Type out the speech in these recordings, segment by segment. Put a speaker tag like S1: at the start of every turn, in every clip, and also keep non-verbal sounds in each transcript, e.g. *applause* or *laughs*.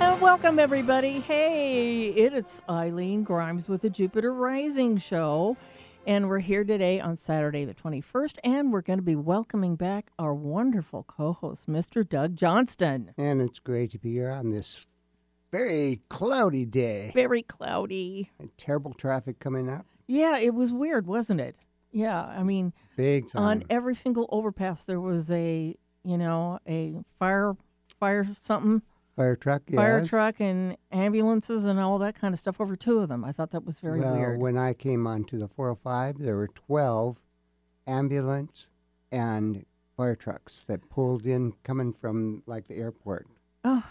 S1: Uh, Welcome, everybody. Hey, it is Eileen Grimes with the Jupiter Rising Show. And we're here today on Saturday, the 21st, and we're going to be welcoming back our wonderful co host, Mr. Doug Johnston.
S2: And it's great to be here on this very cloudy day.
S1: Very cloudy.
S2: And terrible traffic coming up.
S1: Yeah, it was weird, wasn't it? Yeah, I mean,
S2: Big time.
S1: on every single overpass, there was a, you know, a fire, fire something.
S2: fire truck, yes.
S1: fire truck and ambulances and all that kind of stuff over two of them. I thought that was very
S2: well,
S1: weird.
S2: when I came onto the 405, there were 12 ambulance and fire trucks that pulled in coming from like the airport.
S1: Oh,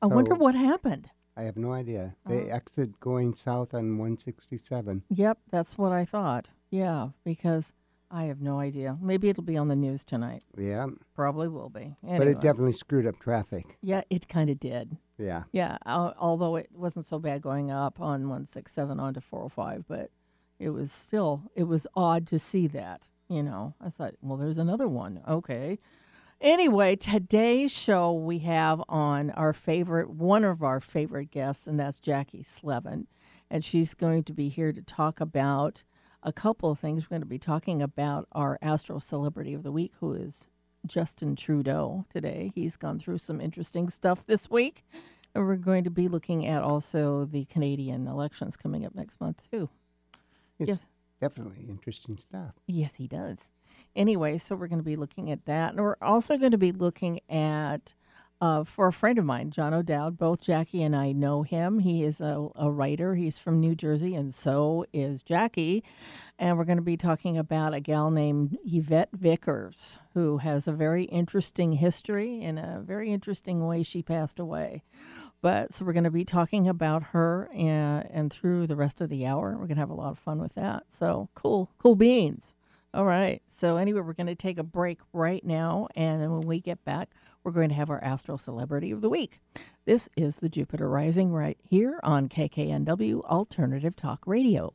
S1: I wonder
S2: so-
S1: what happened.
S2: I have no idea. They
S1: Oh.
S2: exit going south on 167.
S1: Yep, that's what I thought. Yeah, because I have no idea. Maybe it'll be on the news tonight.
S2: Yeah.
S1: Probably will be.
S2: But
S1: Anyway.
S2: it definitely screwed up traffic.
S1: yeah, it kind of did.
S2: Yeah.
S1: Yeah, al- although it wasn't so bad going up on 167 onto 405, but it was still it was odd to see that, you know. I thought, well, there's another one. Okay. Anyway, today's show we have on our favorite one of our favorite guests and that's Jackie Slevin, and she's going to be here to talk about a couple of things. We're going to be talking about our Astro Celebrity of the Week who is Justin Trudeau today. He's gone through some interesting stuff this week. And we're going to be looking at also the Canadian elections coming up next month, too.
S2: It's
S1: Yes.
S2: definitely interesting stuff.
S1: Yes, he does. Anyway, so we're going to be looking at that. And we're also going to be looking at, uh, for a friend of mine, John O'Dowd. Both Jackie and I know him. He is a, a writer, he's from New Jersey, and so is Jackie. And we're going to be talking about a gal named Yvette Vickers, who has a very interesting history in a very interesting way she passed away. But so we're going to be talking about her and, and through the rest of the hour. We're going to have a lot of fun with that. So cool, cool beans. All right. So anyway, we're going to take a break right now, and then when we get back, we're going to have our Astro Celebrity of the Week. This is the Jupiter Rising right here on KKNW Alternative Talk Radio.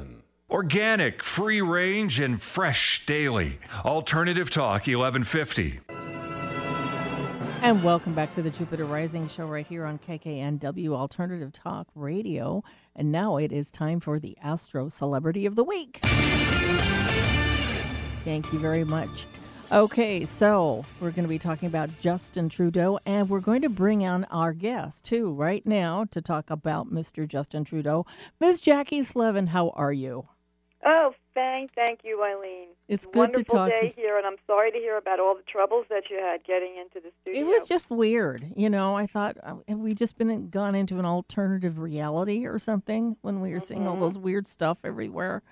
S3: Organic, free range, and fresh daily. Alternative Talk 1150.
S1: And welcome back to the Jupiter Rising Show right here on KKNW Alternative Talk Radio. And now it is time for the Astro Celebrity of the Week. Thank you very much. Okay, so we're going to be talking about Justin Trudeau, and we're going to bring on our guest too right now to talk about Mr. Justin Trudeau. Ms. Jackie Slevin, how are you?
S4: Oh, thank, thank you, Eileen.
S1: It's good to
S4: Wonderful
S1: talk to
S4: day
S1: you.
S4: here, and I'm sorry to hear about all the troubles that you had getting into the studio.
S1: It was just weird, you know. I thought, uh, have we just been in, gone into an alternative reality or something when we were seeing all those weird stuff everywhere?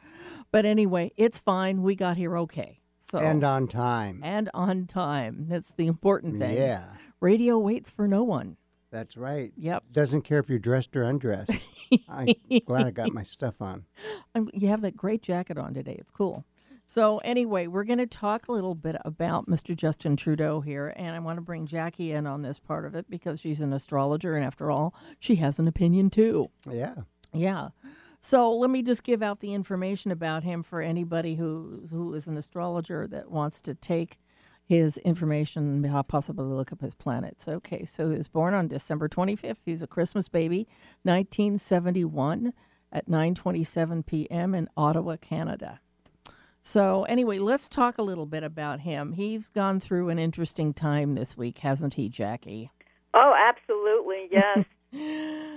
S1: But anyway, it's fine. We got here okay. So
S2: And um, on time.
S1: and on time. That's the important thing.
S2: Yeah.
S1: Radio waits for no one.
S2: That's right.
S1: Yep.
S2: Doesn't care if you're dressed or
S1: *laughs*
S2: undressed. I'm glad I got my stuff on.
S1: I'm, you have that great jacket on today. It's cool. So anyway, we're going to talk a little bit about Mr. Justin Trudeau here, and I want to bring Jackie in on this part of it because she's an astrologer, and after all, she has an opinion too.
S2: Yeah.
S1: Yeah. So let me just give out the information about him for anybody who who is an astrologer that wants to take his information and possibly look up his planets. Okay, so he was born on December 25th. He's a Christmas baby, 1971 at 9:27 p.m. in Ottawa, Canada. So anyway, let's talk a little bit about him. He's gone through an interesting time this week, hasn't he, Jackie?
S4: Oh, absolutely,
S1: *laughs*
S4: yes.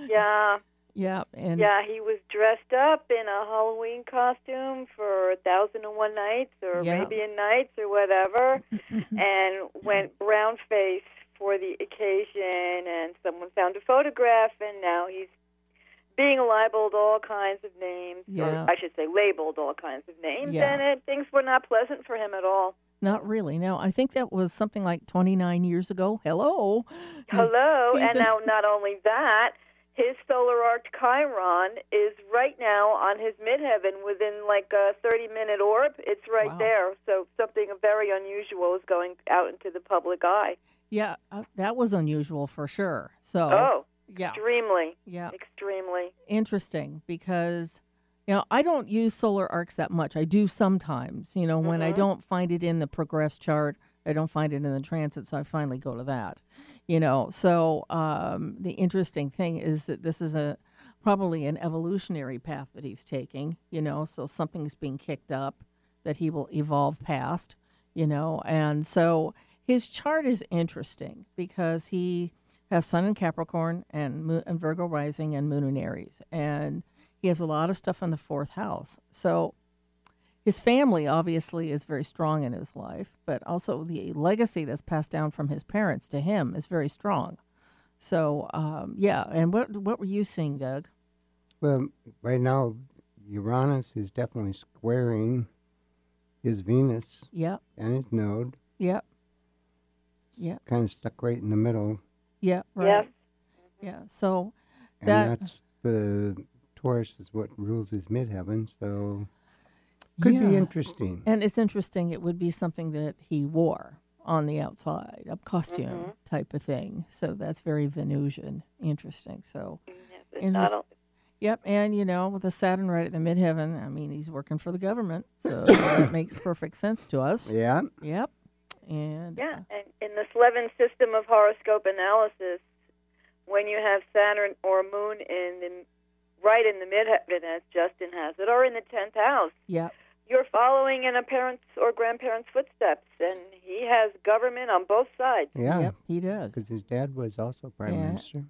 S4: yeah,
S1: Yeah, and
S4: yeah. He was dressed up in a Halloween costume for a Thousand and One Nights or
S1: Yeah.
S4: Arabian Nights
S1: *laughs*
S4: or whatever, and went brown face for the occasion. And someone found a photograph, and now he's being labeled all kinds of names,
S1: Yeah.
S4: or I should say labeled all kinds of names,
S1: Yeah.
S4: and it, things were not pleasant for him at all.
S1: Not really. No, I think that was something like 29 years ago. Hello.
S4: Hello,
S1: *laughs* He's
S4: and
S1: a-
S4: now not only that, his solar arc Chiron is right now on his midheaven within like a 30 minute orb. It's right
S1: Wow.
S4: there. So something very unusual is going out into the public eye.
S1: Yeah, uh, that was unusual for sure. So,
S4: Oh,
S1: yeah.
S4: extremely,
S1: Yeah.
S4: extremely.
S1: interesting because you know I don't use solar arcs that much. I do sometimes, you know, when
S4: Mm-hmm.
S1: I don't find it in the progress chart, I don't find it in the transit, so I finally go to that. You know, so um, the interesting thing is that this is a probably an evolutionary path that he's taking. You know, so something's being kicked up that he will evolve past. You know, and so his chart is interesting because he has Sun in Capricorn and Moon and Virgo rising and Moon in Aries, and he has a lot of stuff in the fourth house. So his family obviously is very strong in his life, but also the legacy that's passed down from his parents to him is very strong. So um, yeah, and what what were you seeing, Doug?
S2: Well, right now, Uranus is definitely squaring his Venus
S1: Yep,
S2: and its node.
S1: yep, Yeah.
S2: Kind of stuck right in the middle.
S1: yep, right,
S4: Yes.
S1: yeah. So
S2: And
S1: That-
S2: that's the Taurus is what rules his midheaven. So could be
S1: Yeah.
S2: interesting.
S1: And it's interesting, it would be something that he wore on the outside, a costume type of thing. So that's very Venusian. Interesting. So,
S4: Yes, it's Mm, not
S1: Interest-
S4: a-
S1: yep. And, you know, with the Saturn right at the midheaven, I mean, he's working for the government. So that makes perfect sense to us.
S2: yeah.
S1: Yep. And uh,
S4: Yeah, and in this Levin system of horoscope analysis, when you have Saturn or Moon in the right in the midheaven, as Justin has it, or in the tenth house,
S1: yep.
S4: you're following in a parent's or grandparent's footsteps, and he has government on both sides.
S2: Yeah.
S1: Yep. He does.
S2: Because his dad was also prime
S1: Yeah.
S2: minister.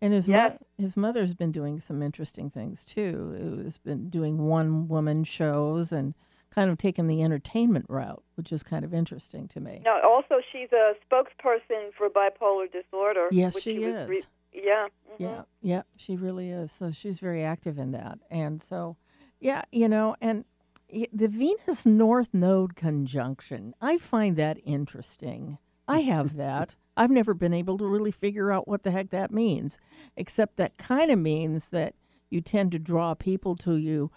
S1: And his
S4: Yes.
S1: mo- his mother's been doing some interesting things too. Has been doing one woman shows and kind of taking the entertainment route, which is kind of interesting to me.
S4: Now, also, she's a spokesperson for bipolar disorder.
S1: Yes,
S4: which
S1: she
S4: was
S1: is.
S4: yeah. mhm.
S1: Yeah, yeah, she really is. So she's very active in that. And so, yeah, you know, and y- the Venus North Node conjunction, I find that interesting. I have that. I've never been able to really figure out what the heck that means, except that kind of means that you tend to draw people to you.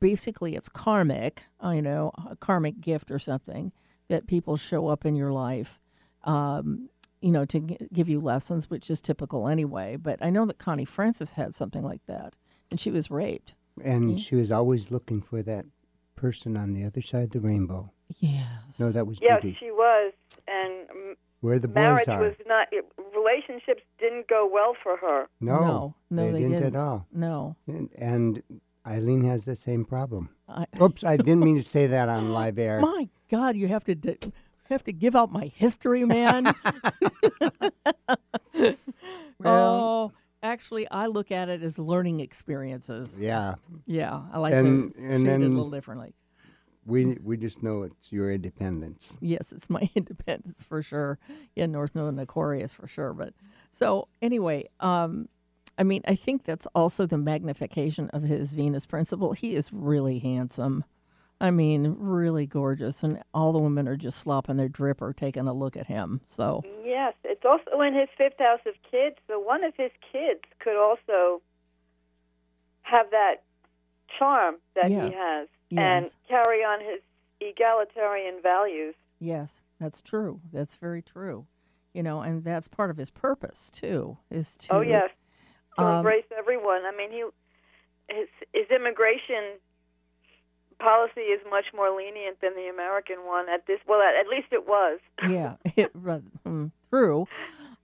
S1: Basically, it's karmic, I know, a karmic gift or something that people show up in your life um, you know, to g- give you lessons, which is typical anyway. But I know that Connie Francis had something like that, and she was raped.
S2: And she was always looking for that person on the other side of the rainbow.
S1: Yes.
S2: No, that was
S4: Yes,
S2: Judy.
S4: she was, and mm,
S2: Where the
S4: marriage
S2: boys are.
S4: was not. it- Relationships didn't go well for her.
S2: no,
S1: no, no,
S2: they,
S1: they
S2: didn't,
S1: didn't.
S2: at all.
S1: No.
S2: And, and Eileen has the same problem.
S1: I,
S2: Oops, I didn't mean to say that on live
S1: *laughs*
S2: air.
S1: my God, you have to d- have to give out my history,
S2: *laughs*
S1: man. *laughs* oh, actually, I look at it as learning experiences.
S2: Yeah,
S1: Yeah, I like
S2: And-
S1: to
S2: and
S1: see it a
S2: then-
S1: little differently.
S2: we we just know it's your independence.
S1: yes, it's my *laughs* independence for sure. Yeah, North Node and Aquarius for sure. But so anyway, um, I mean, I think that's also the magnification of his Venus principle. He is really handsome. I mean, really gorgeous, and all the women are just slopping their dripper, taking a look at him. So
S4: Yes, it's also in his fifth house of kids. So one of his kids could also have that charm that
S1: Yeah.
S4: he has
S1: Yes.
S4: and carry on his egalitarian values.
S1: Yes, that's true. That's very true. You know, and that's part of his purpose too, is to
S4: oh yes, to
S1: um,
S4: embrace everyone. I mean, he his his immigration policy is much more lenient than the American one at this. Well, at, at least it was.
S1: yeah, *laughs* it run mm, through.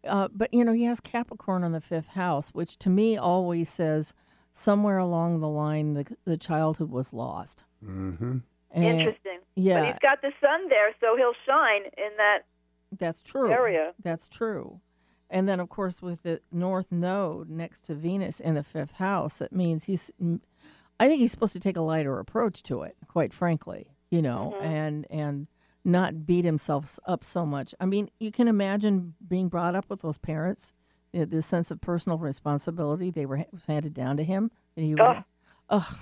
S1: Uh, but you know, he has Capricorn on the fifth house, which to me always says somewhere along the line the the childhood was lost.
S2: hmm
S1: And
S4: Interesting. But
S1: Eh, yeah.
S4: he's got the sun there, so he'll shine in that.
S1: That's true.
S4: area.
S1: That's true. And then, of course, with the North Node next to Venus in the fifth house, it means he's. I think he's supposed to take a lighter approach to it, quite frankly. You know,
S4: Mm-hmm.
S1: and and not beat himself up so much. I mean, you can imagine being brought up with those parents the, the sense of personal responsibility they were was handed down to him. That he,
S4: Ugh.
S1: would- ugh.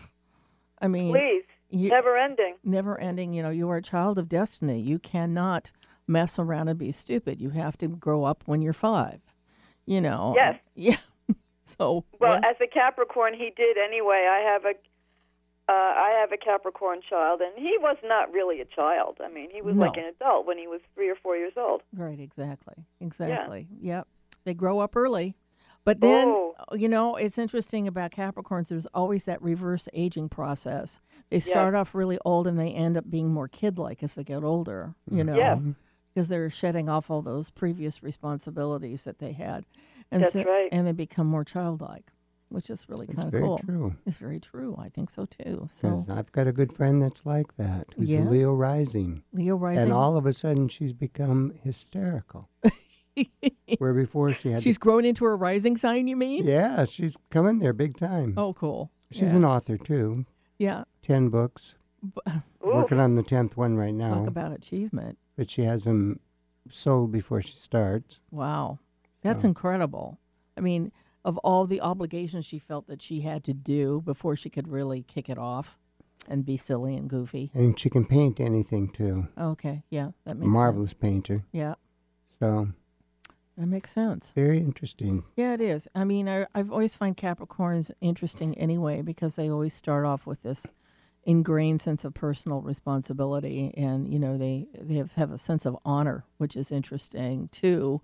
S1: I mean,
S4: Please,
S1: you-
S4: never ending.
S1: never ending. You know, you are a child of destiny. You cannot mess around and be stupid. You have to grow up when you're five. You know.
S4: Yes.
S1: *laughs* Yeah. so.
S4: Well,
S1: one-
S4: as a Capricorn, he did anyway. I have a, uh, I have a Capricorn child, and he was not really a child. I mean, he was
S1: No.
S4: like an adult when he was three or four years old.
S1: Right, exactly. Exactly. Yep. They grow up early. But then,
S4: Oh.
S1: you know, it's interesting about Capricorns, there's always that reverse aging process. They start off really old and they end up being more kid like as they get older, you know,
S4: Yeah.
S1: because they're shedding off all those previous responsibilities that they had. And
S4: That's
S1: so,
S4: right.
S1: And they become more childlike, which is really kind of
S2: very
S1: cool.
S2: true.
S1: It's very true. I think so too. So,
S2: 'Cause I've got a good friend that's like that, who's
S1: Yeah?
S2: a Leo rising,
S1: Leo rising.
S2: and all of a sudden she's become
S1: *laughs*
S2: hysterical. Where before she had,
S1: She's grown into her rising sign, you mean?
S2: yeah, she's coming there big time.
S1: Oh, cool.
S2: she's
S1: yeah.
S2: an author too,
S1: Yeah.
S2: ten books,
S4: Ooh,
S2: working on the tenth one right
S1: Talk
S2: now.
S1: about achievement.
S2: but she has them sold before she starts.
S1: Wow. That's incredible. I mean, of all the obligations she felt that she had to do before she could really kick it off and be silly and goofy.
S2: And she can paint anything too.
S1: Okay. Yeah. That
S2: A
S1: makes
S2: marvelous painter.
S1: Sense. Yeah.
S2: So
S1: That makes sense.
S2: very interesting.
S1: Yeah, it is. I mean, I, I've always find Capricorns interesting anyway because they always start off with this ingrained sense of personal responsibility, and you know they they have, have a sense of honor, which is interesting too.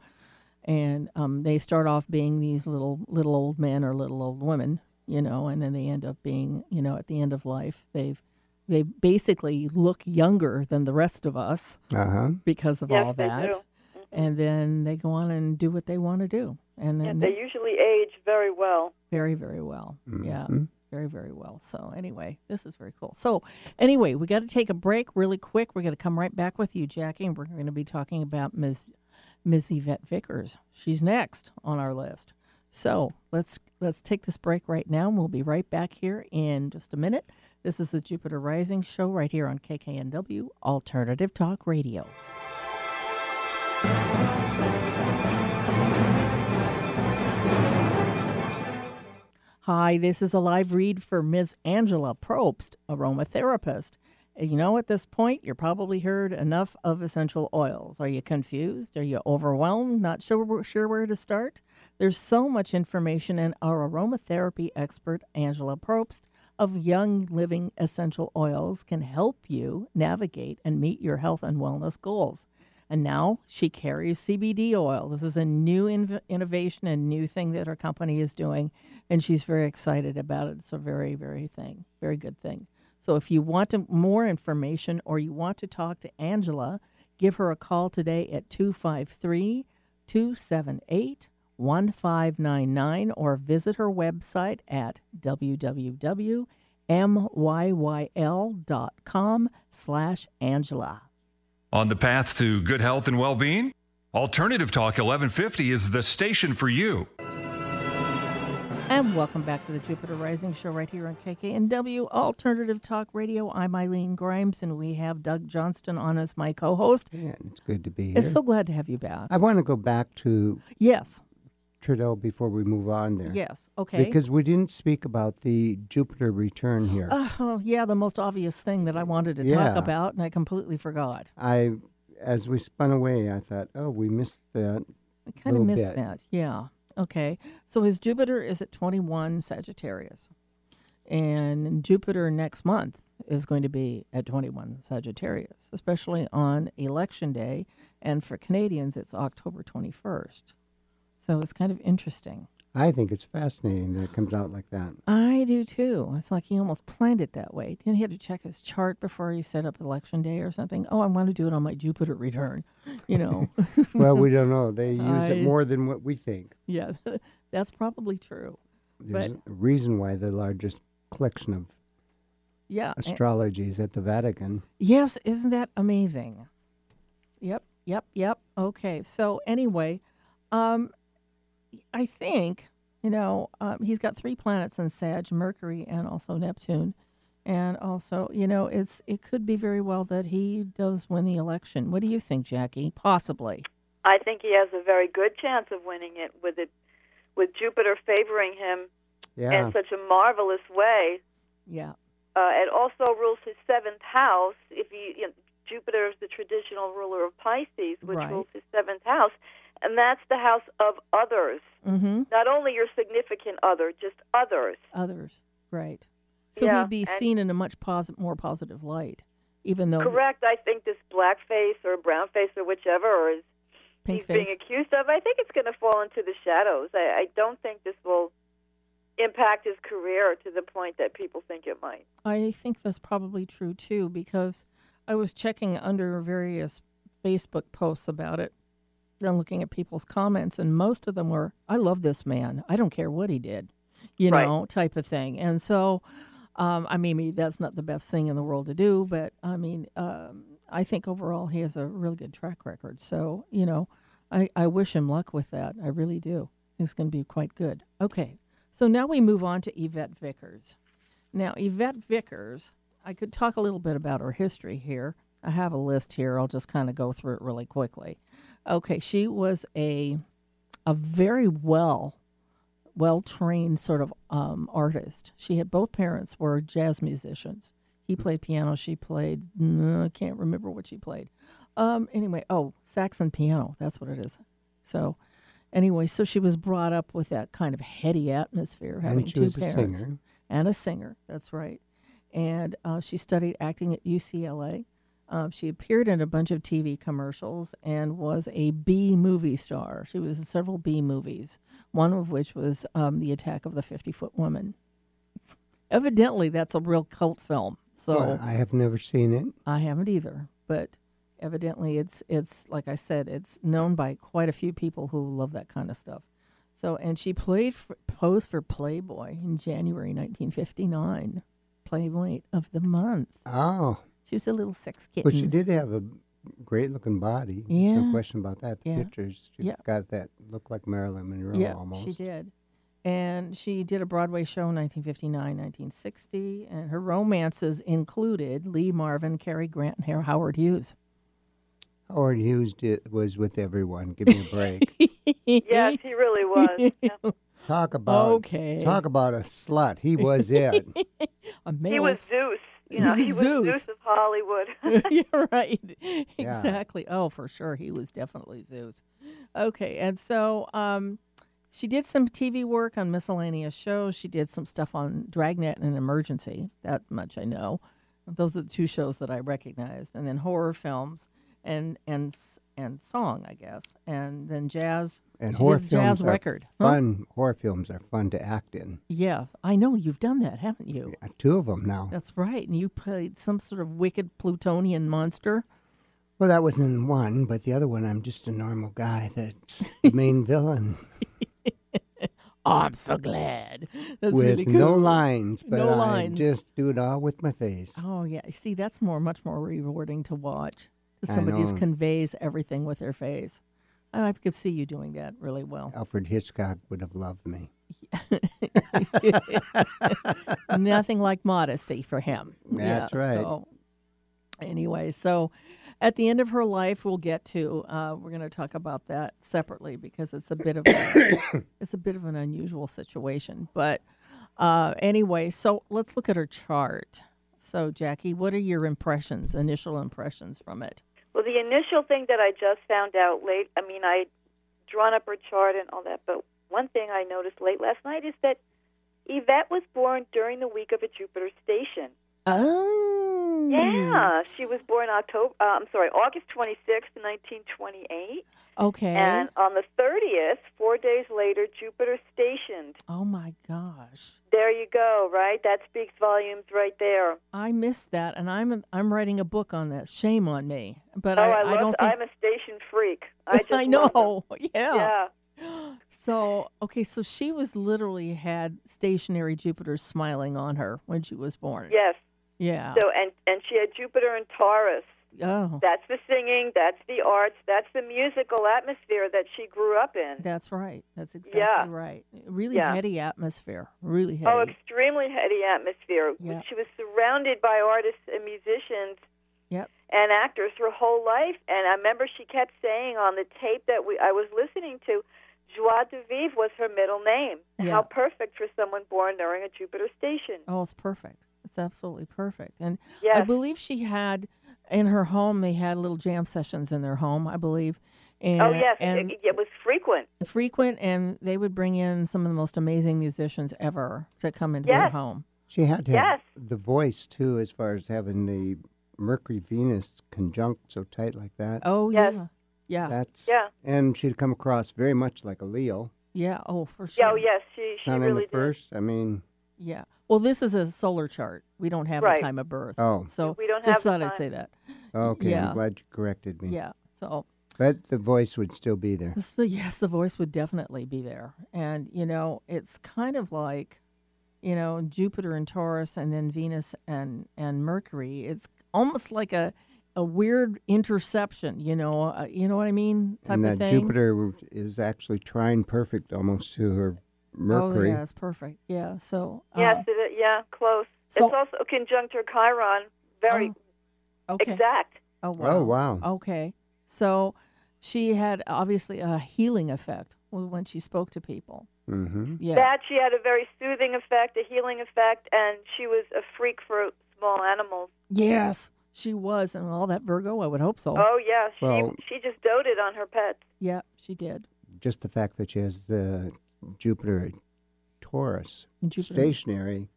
S1: And um, they start off being these little little old men or little old women, you know, and then they end up being you know at the end of life they've they basically look younger than the rest of us
S2: Uh huh.
S1: because of
S4: Yes,
S1: all
S4: they
S1: that.
S4: do. Mm-hmm.
S1: And then they go on and do what they want to do, and then
S4: yeah, they usually age very well.
S1: very very well yeah very very well so anyway this is very cool so anyway we got to take a break really quick we're going to come right back with you jackie and we're going to be talking about ms ms yvette vickers she's next on our list so let's let's take this break right now and we'll be right back here in just a minute this is the jupiter rising show right here on kknw alternative talk radio Hi, this is a live read for Ms. Angela Probst, aromatherapist. And You know, at this point, you're probably heard enough of essential oils. Are you confused? Are you overwhelmed? Not sure, sure where to start? There's so much information, and our aromatherapy expert, Angela Probst of Young Living Essential Oils, can help you navigate and meet your health and wellness goals. And now she carries CBD oil. This is a new inv- innovation and new thing that her company is doing, and she's very excited about it. It's a very, very thing, very good thing. So if you want to, more information or you want to talk to Angela, give her a call today at 253 278 1599 or visit her website at www.myyl.com slash Angela.
S3: On the path to good health and well being, Alternative Talk 1150 is the station for you.
S1: And welcome back to the Jupiter Rising Show right here on KKNW Alternative Talk Radio. I'm Eileen Grimes, and we have Doug Johnston on as my co host.
S2: Yeah, it's good to be here.
S1: It's so glad to have you back.
S2: I want to go back to
S1: yes,
S2: Trudeau before we move on there.
S1: yes, okay.
S2: Because we didn't speak about the Jupiter return here.
S1: oh, yeah, the most obvious thing that I wanted to
S2: Yeah.
S1: talk about, and I completely forgot.
S2: I, as we spun away, I thought, oh, we missed that.
S1: I kind of
S2: little
S1: missed
S2: bit.
S1: that. Yeah. Okay. So his Jupiter is at 21 Sagittarius. And Jupiter next month is going to be at 21 Sagittarius, especially on election day. And for Canadians, it's October 21st. So it's kind of interesting.
S2: I think it's fascinating that it comes out like
S1: *laughs*
S2: that.
S1: I do too. It's like he almost planned it that way. Didn't he have to check his chart before he set up election day or something? Oh, I want to do it on my Jupiter return. You *laughs* know,
S2: well, we don't know. They use
S1: I-
S2: it more than what we think.
S1: yeah, *laughs* that's probably true.
S2: There's
S1: But-
S2: a reason why the largest collection of
S1: Yeah. a-
S2: astrology is at the Vatican.
S1: Yes, isn't that amazing? Yep, yep, yep. Okay, so anyway, um, I think you know um, he's got three planets in Sag: Mercury and also Neptune, and also you know it's it could be very well that he does win the election. What do you think, Jackie? Possibly.
S4: I think he has a very good chance of winning it with it with Jupiter favoring him
S2: Yeah.
S4: in such a marvelous way.
S1: Yeah.
S4: Uh, it also rules his seventh house. If you, you know, Jupiter is the traditional ruler of Pisces, which
S1: Right.
S4: rules his seventh house, and that's the house of others.
S1: Mm-hmm.
S4: Not only your significant other, just others.
S1: Others. Right. So
S4: Yeah,
S1: he'd be
S4: and-
S1: seen in a much posi- more positive light, even though
S4: Correct. I think this blackface or brownface or whichever is
S1: pink
S4: he's
S1: face.
S4: being accused of. I think it's going to fall into the shadows. I, I don't think this will impact his career to the point that people think it might.
S1: I think that's probably true too, because I was checking under various Facebook posts about it and looking at people's comments, and most of them were, I love this man. I don't care what he did, you
S4: Right.
S1: know, type of thing. And so, um, I mean, maybe that's not the best thing in the world to do, but I mean, um, I think overall he has a really good track record. So, you know, I, I wish him luck with that. I really do. He's going to be quite good. Okay. So now we move on to Yvette Vickers. Now, Yvette Vickers, I could talk a little bit about her history here. I have a list here. I'll just kind of go through it really quickly. Okay, she was a a very well well trained sort of um, artist. She had both parents were jazz musicians. He played piano. She played mm, I can't remember what she played. Um, anyway, oh sax and piano. That's what it is. So anyway, so she was brought up with that kind of heady atmosphere, having
S2: she
S1: two
S2: was a
S1: parents
S2: singer.
S1: and a singer. That's right. And uh, she studied acting at UCLA. Um, she appeared in a bunch of TV commercials and was a B movie star. She was in several B movies, one of which was um, The Attack of the 50 Foot Woman. Evidently, that's a real cult film. So
S2: Well, I have never seen it.
S1: I haven't either, but evidently it's it's like I said, it's known by quite a few people who love that kind of stuff. So, and she played for, posed for Playboy in January 1959, Playmate of the month.
S2: Oh,
S1: She was a little sex kitten.
S2: but she did have a great looking body. There's
S1: Yeah.
S2: no question about that. The
S1: Yeah.
S2: pictures, she
S1: Yeah.
S2: got that look like Marilyn Monroe
S1: yeah,
S2: almost.
S1: she did. And she did a Broadway show in 1959, 1960, and her romances included Lee Marvin, Cary Grant, and Har- Howard
S4: *laughs*
S1: Hughes.
S2: Howard Hughes did, was with everyone. Give me
S1: *laughs*
S2: a break.
S4: Yes, he really was. Yeah.
S2: talk about
S1: Okay.
S2: Talk about a slut.
S1: *laughs*
S2: He was it.
S1: Amazing.
S4: He was Zeus. You know, he was
S1: Zeus.
S4: Zeus, of Hollywood. *laughs*
S1: *laughs* yeah, right.
S2: Yeah.
S1: Exactly. Oh, for sure. He was definitely Zeus. Okay. And so um, she did some TV work on miscellaneous shows. She did some stuff on Dragnet and Emergency. That much I know. Those are the two shows that I recognized. And then horror films and and s- and song, I guess. And then jazz.
S2: And
S1: she
S2: horror
S1: did
S2: films
S1: jazz
S2: are
S1: record. Huh?
S2: fun. Horror films are fun to act in.
S1: Yeah. I know you've done that, haven't you?
S2: Uh, Two of them now.
S1: That's right. And you played some sort of wicked plutonian monster.
S2: Well, that was in one, but the other one, I'm just a normal guy that's
S1: *laughs*
S2: the main villain
S1: Oh, I'm so glad. That's
S2: with
S1: really cool.
S2: no lines, but
S1: No
S2: I
S1: lines.
S2: just do it all with my face.
S1: Oh yeah. See, that's more much more rewarding to watch. To
S2: I
S1: somebody who
S2: know.
S1: conveys everything with their face. And I could see you doing that really well.
S2: Alfred Hitchcock would have loved me.
S1: Nothing like modesty for him.
S2: That's
S1: Yeah,
S2: right.
S1: So anyway, so at the end of her life, we'll get to. Uh, we're going to talk about that separately because it's a bit of a, *coughs* it's a bit of an unusual situation. But uh, anyway, so let's look at her chart. So Jackie, what are your impressions? Initial impressions from it?
S4: well, the initial thing that I just found out late, I mean, I drawn up her chart and all that, but one thing I noticed late last night is that Yvette was born during the week of a Jupiter station.
S1: Oh,
S4: Yeah, she was born October. Uh, I'm sorry, August 26th, 1928,
S1: Okay.
S4: and on the 30th, four days later, Jupiter stationed.
S1: oh my gosh.
S4: There you go. Right, that speaks volumes right there.
S1: I missed that, and I'm I'm writing a book on that. Shame on me, but
S4: oh,
S1: I,
S4: I, love,
S1: don't think
S4: I'm a station
S1: *laughs*
S4: freak. I just love them.
S1: know. *laughs* Yeah.
S4: Yeah.
S1: So okay, so she was literally had stationary Jupiter smiling on her when she was born.
S4: Yes.
S1: Yeah.
S4: So and and she had Jupiter and Taurus.
S1: oh,
S4: That's the singing. That's the arts. That's the musical atmosphere that she grew up in.
S1: that's right. That's exactly
S4: Yeah.
S1: right. Really
S4: Yeah.
S1: heady atmosphere. Really heady.
S4: Oh, extremely heady atmosphere.
S1: Yeah.
S4: She was surrounded by artists and musicians
S1: yep.
S4: and actors her whole life. And I remember she kept saying on the tape that we I was listening to Joie de vivre was her middle name.
S1: Yeah.
S4: How perfect for someone born during a Jupiter station.
S1: Oh, it's perfect. It's absolutely perfect. And I
S4: Yes.
S1: believe she had in her home. They had little jam sessions in their home, I believe. And,
S4: oh, yes.
S1: and
S4: it, it was frequent.
S1: frequent, and they would bring in some of the most amazing musicians ever to come into her
S4: Yes.
S1: home.
S2: She had to have
S4: Yes.
S2: the voice too, as far as having the Mercury Venus conjunct so tight like that.
S1: Oh
S4: Yes.
S1: yeah, yeah,
S2: That's
S4: Yeah.
S2: And she'd come across very much like a Leo.
S1: yeah. Oh for sure.
S4: Yeah, oh, yes. She, she
S2: Not
S4: really
S2: in the
S4: did.
S2: first. I mean,
S1: Yeah. Well, this is a solar chart. We don't have
S4: Right.
S1: a time of birth.
S2: Oh.
S1: So
S4: We don't
S1: just
S4: have
S1: thought I'd
S4: time.
S1: say that.
S2: okay.
S1: Yeah.
S2: I'm glad you corrected me.
S1: Yeah. So,
S2: But the voice would still be there.
S1: so yes, the voice would definitely be there. And, you know, it's kind of like, you know, Jupiter and Taurus and then Venus and, and Mercury. It's almost like a, a weird interception, you know, uh, you know what I mean? Type
S2: and
S1: of
S2: that
S1: thing.
S2: Jupiter is actually trine perfect almost to her
S1: Oh,
S2: Mercury.
S1: yeah, it's perfect. Yeah. So, uh,
S4: Yes, it, yeah, close.
S1: So- Oh,
S4: it's also conjunct her Chiron. Very
S1: uh, okay.
S4: exact.
S1: Oh wow.
S2: Oh, wow.
S1: Okay. So she had obviously a healing effect when she spoke to people.
S2: Mm-hmm.
S1: Yeah.
S4: That she had a very soothing effect, a healing effect, and she was a freak for small animals.
S1: yes, she was and all that Virgo, I would hope so.
S4: Oh, yeah, she
S2: Well-
S4: she just doted on her pets.
S1: yeah, she did.
S2: Just the fact that she has the Jupiter at Taurus,
S1: Jupiter. Uh,
S2: stationary.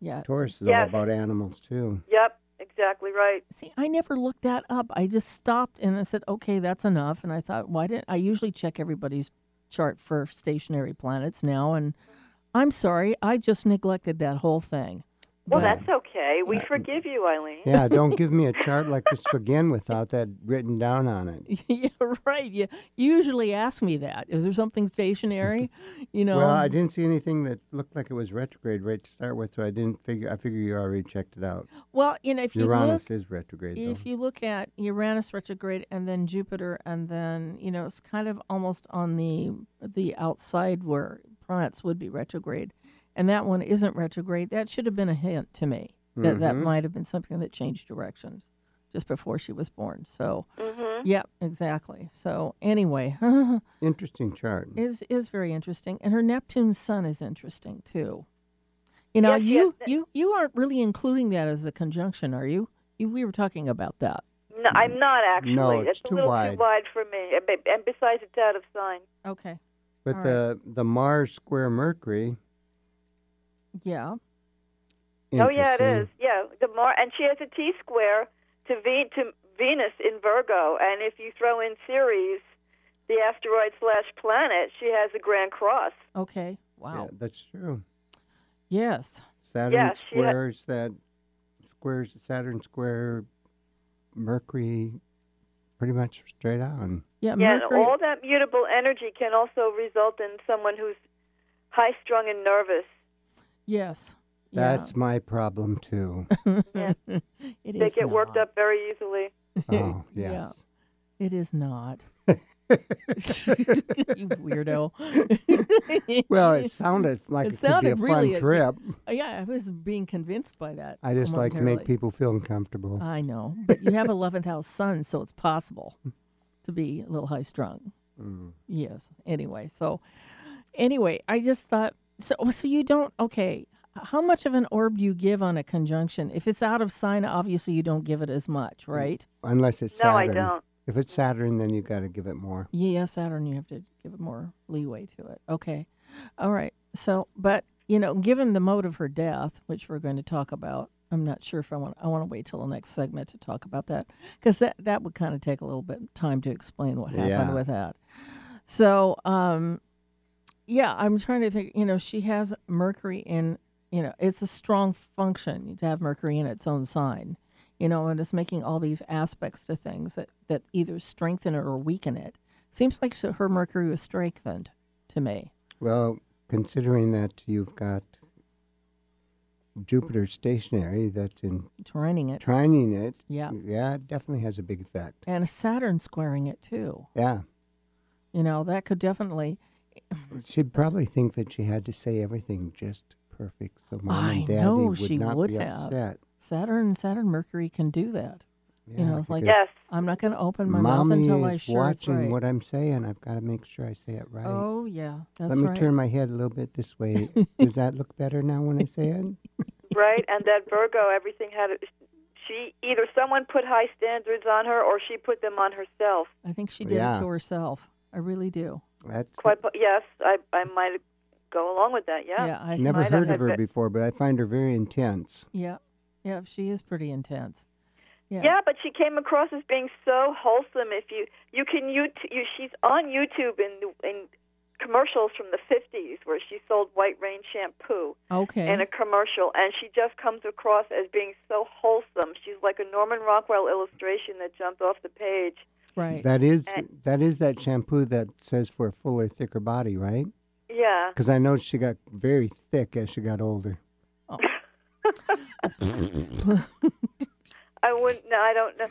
S1: Yeah.
S2: Taurus is all
S4: Yes.
S2: about animals too.
S4: Yep, exactly right.
S1: See, I never looked that up. I just stopped and I said, "Okay, that's enough." And I thought, "Why didn't I usually check everybody's chart for stationary planets now?" And I'm sorry, I just neglected that whole thing. *laughs*
S4: Well,
S1: But-
S4: that's okay. We forgive you, Eileen.
S2: Yeah, don't give
S4: *laughs*
S2: me a chart like this again without that written down on it.
S1: yeah, right. You you usually ask me that. Is there something stationary? You know.
S2: Well, I didn't see anything that looked like it was retrograde right to start with, so I didn't figure. I figure you already checked it out.
S1: Well, you know, if you look,
S2: Uranus is retrograde,
S1: if
S2: though.
S1: you look at Uranus retrograde and then Jupiter and then you know it's kind of almost on the the outside where planets would be retrograde, and that one isn't retrograde. That should have been a hint to me that that
S2: Mm-hmm.
S1: might have been something that changed directions just before she was born. So, yep, exactly. So anyway, *laughs*
S2: Interesting chart.
S1: is is very interesting, and her Neptune sun is interesting too. You know,
S4: Yes,
S1: you
S4: yes.
S1: you you aren't really including that as a conjunction, are you? you we were talking about that.
S4: No, I'm not actually.
S2: No, it's
S4: That's
S2: too
S4: a little
S2: wide.
S4: too wide for me. And be- And besides, it's out of sign.
S1: Okay. all
S2: But
S1: right.
S2: the the Mars square Mercury.
S1: Yeah.
S4: Oh yeah, it is.
S2: interesting.
S4: Yeah, the Mar and she has a T square to Ve- to Venus in Virgo, and if you throw in Ceres, the asteroid slash planet, she has a Grand Cross.
S1: Okay.
S2: Yeah,
S1: Wow.
S2: that's true.
S1: Yes.
S2: Saturn
S4: Yeah, she had-
S2: squares that squares Saturn square Mercury pretty much straight on.
S1: Yeah.
S4: yeah,
S1: Mercury.
S4: and all that mutable energy can also result in someone who's high strung and nervous.
S1: yes. Yeah.
S2: That's my problem too.
S1: it
S4: They
S1: is
S4: get worked
S1: not.
S4: up very easily.
S2: oh yes.
S1: Yeah. It is
S2: *laughs*
S1: not. *laughs* you weirdo. *laughs*
S2: Well, it sounded like
S1: It
S2: it,
S1: sounded
S2: could be a
S1: really-
S2: fun trip.
S1: yeah, I was being convinced by that.
S2: I just like to
S1: momentarily.
S2: make people feel *laughs* uncomfortable.
S1: I know, but you have 11th house sun, so it's possible to be a little high strung. Yes. Anyway, so anyway, I just thought so. oh, So you don't okay. How much of an orb do you give on a conjunction? If it's out of sign, obviously you don't give it as much, right?
S2: Unless it's
S4: No, I
S2: Saturn.
S4: don't.
S2: If it's Saturn, then you got to give it more.
S1: Yeah, Saturn, you have to give it more leeway to it. Okay. All right. So, but you know, given the mode of her death, which we're going to talk about, I'm not sure if I want. I want to wait till the next segment to talk about that because that that would kind of take a little bit of time to explain what happened
S2: Yeah.
S1: with that. So, um, yeah, I'm trying to think. You know, she has Mercury in. You know, it's a strong function to have Mercury in its own sign. You know, and it's making all these aspects to things that that either strengthen it or weaken it. Seems like so her Mercury was strengthened to me.
S2: Well, considering that you've got Jupiter stationary, that's in
S1: Trining it.
S2: trining it.
S1: Yeah.
S2: Yeah, it definitely has a big effect.
S1: And Saturn squaring it too.
S2: Yeah.
S1: You know, that could definitely.
S2: She'd probably think that she had to say everything just perfect so mom
S1: I
S2: and daddy
S1: know
S2: would
S1: she
S2: not
S1: would
S2: be
S1: have.
S2: upset.
S1: Saturn, Saturn, Mercury can do that. you
S2: Yeah,
S1: know, it's like
S2: because
S4: Yes.
S1: I'm not going to open my mouth
S2: Mommy
S1: until I
S2: is
S1: sure it's
S2: watching
S1: right.
S2: what I'm saying. I've got to make sure I say it right.
S1: Oh yeah, that's
S2: Let me
S1: right.
S2: turn my head a little bit
S1: *laughs*
S2: this way. Does that look better now when I say it?
S4: Right, and that Virgo, everything had. She either someone put high standards on her, or she put them on herself.
S1: I think she did it
S2: Yeah.
S1: to herself. I really do.
S2: That's
S4: Quite po- yes, I I might go along with that. Yeah.
S1: I
S2: never
S1: might-
S4: might have
S2: heard of
S4: had
S2: her
S4: that-
S2: before, but I find her very intense.
S1: Yeah, yeah, she is pretty intense. Yeah,
S4: Yeah, but she came across as being so wholesome. If you you can you, you she's on YouTube in in commercials from the 50s where she sold White Rain shampoo
S1: Okay.
S4: in a commercial, and she just comes across as being so wholesome. She's like a Norman Rockwell illustration that jumped off the page.
S1: right.
S2: That is
S4: And-
S2: that is that shampoo that says for a fuller, thicker body, right?
S4: Yeah.
S2: Because I know she got very thick as she got older.
S4: I wouldn't. No, I don't
S2: *laughs*
S4: know.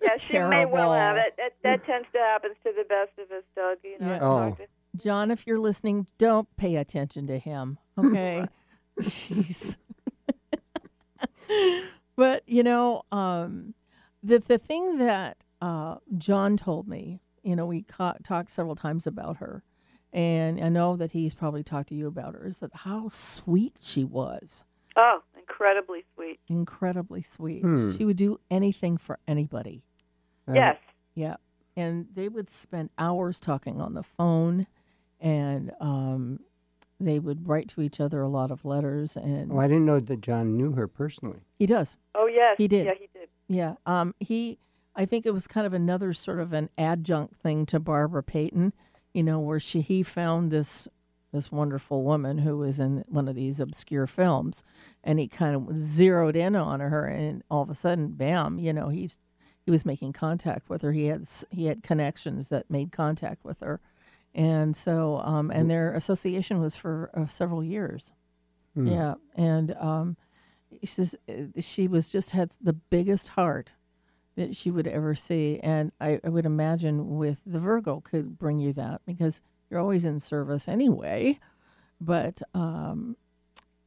S4: Yeah, she may well have it.
S1: Terrible.
S4: That, that tends to happen to the best of us, Doug. You know.
S1: Yeah.
S4: it's hard
S2: Oh.
S4: to-
S1: John, if you're listening, don't pay attention to him. Okay. Jeez. *laughs* but you know, um, the the thing that uh, John told me, you know, we ca- talked several times about her, and I know that he's probably talked to you about her. Is that how sweet she was?
S4: Oh, incredibly sweet.
S1: Incredibly sweet.
S2: Hmm.
S1: She would do anything for anybody.
S2: Uh,
S4: yes.
S1: Yeah. And they would spend hours talking on the phone and um, they would write to each other a lot of letters. And
S2: Well, Oh, I didn't know that John knew her personally.
S1: he does.
S4: Oh, yes.
S1: He did.
S4: Yeah, he did.
S1: Yeah. Um, he, I think it was kind of another sort of an adjunct thing to Barbara Payton, you know, where she, he found this, this wonderful woman who was in one of these obscure films and he kind of zeroed in on her and all of a sudden, bam, you know, he's, he was making contact with her. He had, s- he had connections that made contact with her. And so, um, and their association was for uh, several years.
S2: Hmm.
S1: Yeah, and um, she says uh, she was just had the biggest heart that she would ever see, and I, I would imagine with the Virgo could bring you that because you're always in service anyway. But um,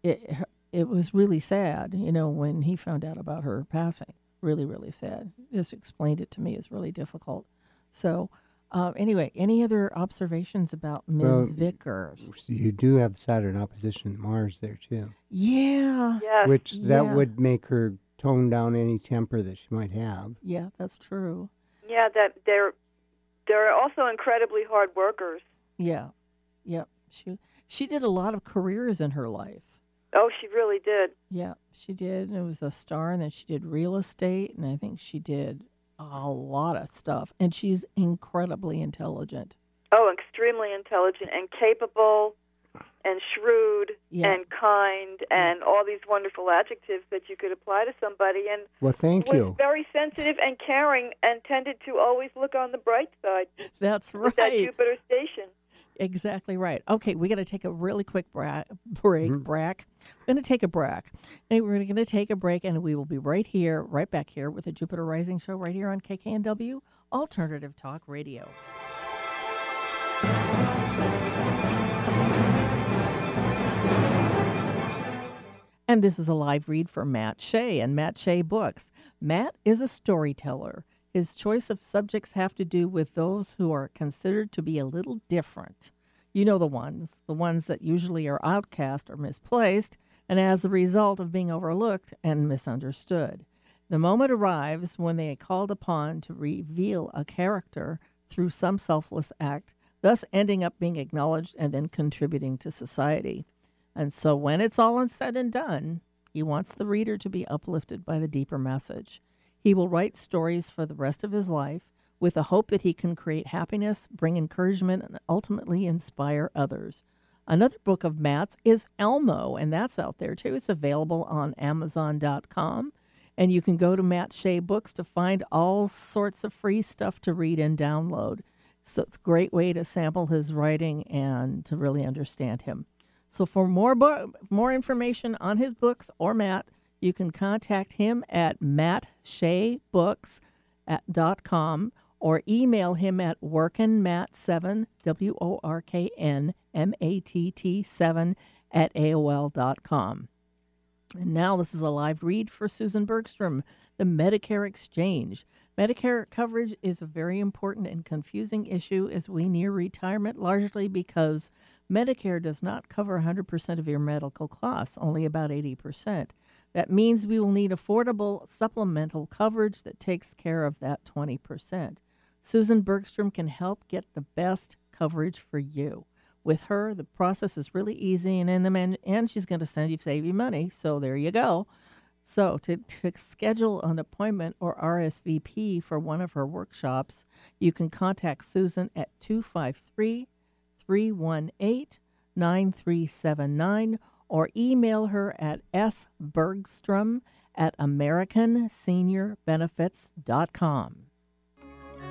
S1: it it was really sad, you know, when he found out about her passing. Really, really sad. Just explained it to me. It's really difficult. So. Um, anyway, any other observations about Ms.
S2: Well,
S1: Vickers?
S2: So you do have Saturn opposition to Mars there too,
S1: Yeah.
S4: Yes.
S2: which that
S1: Yeah.
S2: would make her tone down any temper that she might have.
S1: Yeah, that's true.
S4: Yeah, that they're they're also incredibly hard workers.
S1: Yeah. Yep. She she did a lot of careers in her life.
S4: Oh, she really did.
S1: Yeah, she did. And it was a star and then she did real estate and I think she did a lot of stuff. And she's incredibly intelligent.
S4: Oh, extremely intelligent and capable and shrewd
S1: Yeah.
S4: and kind and all these wonderful adjectives that you could apply to somebody and
S2: Well, thank
S4: was
S2: you.
S4: very sensitive and caring and tended to always look on the bright side.
S1: That's
S4: with That
S1: right.
S4: Jupiter station.
S1: Exactly right. Okay, we got to take a really quick bra- break.
S2: Mhm.
S1: Brack. We're going to take a break. And we're going to take a break, and we will be right here, right back here with the Jupiter Rising Show right here on KKNW Alternative Talk Radio. And this is a live read for Matt Shea and Matt Shea Books. Matt is a storyteller. His choice of subjects have to do with those who are considered to be a little different. You know the ones, the ones that usually are outcast or misplaced, and as a result of being overlooked and misunderstood. The moment arrives when they are called upon to reveal a character through some selfless act, thus ending up being acknowledged and then contributing to society. And so when it's all said and done, he wants the reader to be uplifted by the deeper message. He will write stories for the rest of his life with the hope that he can create happiness, bring encouragement, and ultimately inspire others. Another book of Matt's is Elmo, and that's out there too. It's available on Amazon.com. And you can go to Matt Shea Books to find all sorts of free stuff to read and download. So it's a great way to sample his writing and to really understand him. So for more bo- more information on his books or Matt, you can contact him at mattshaybooks at dot com or email him at workinmat7 w o r k n m a t t 7 at aol dot com. And now this is a live read for Susan Bergstrom, the Medicare Exchange. Medicare coverage is a very important and confusing issue as we near retirement, largely because Medicare does not cover 100% of your medical costs, only about 80%. That means we will need affordable supplemental coverage that takes care of that 20%. Susan Bergstrom can help get the best coverage for you. With her, the process is really easy, and in the man, and she's going to send you save you money. So there you go. So to, to schedule an appointment or RSVP for one of her workshops, you can contact Susan at 253 318 9379 or email her at sbergstrom at americanseniorbenefits.com.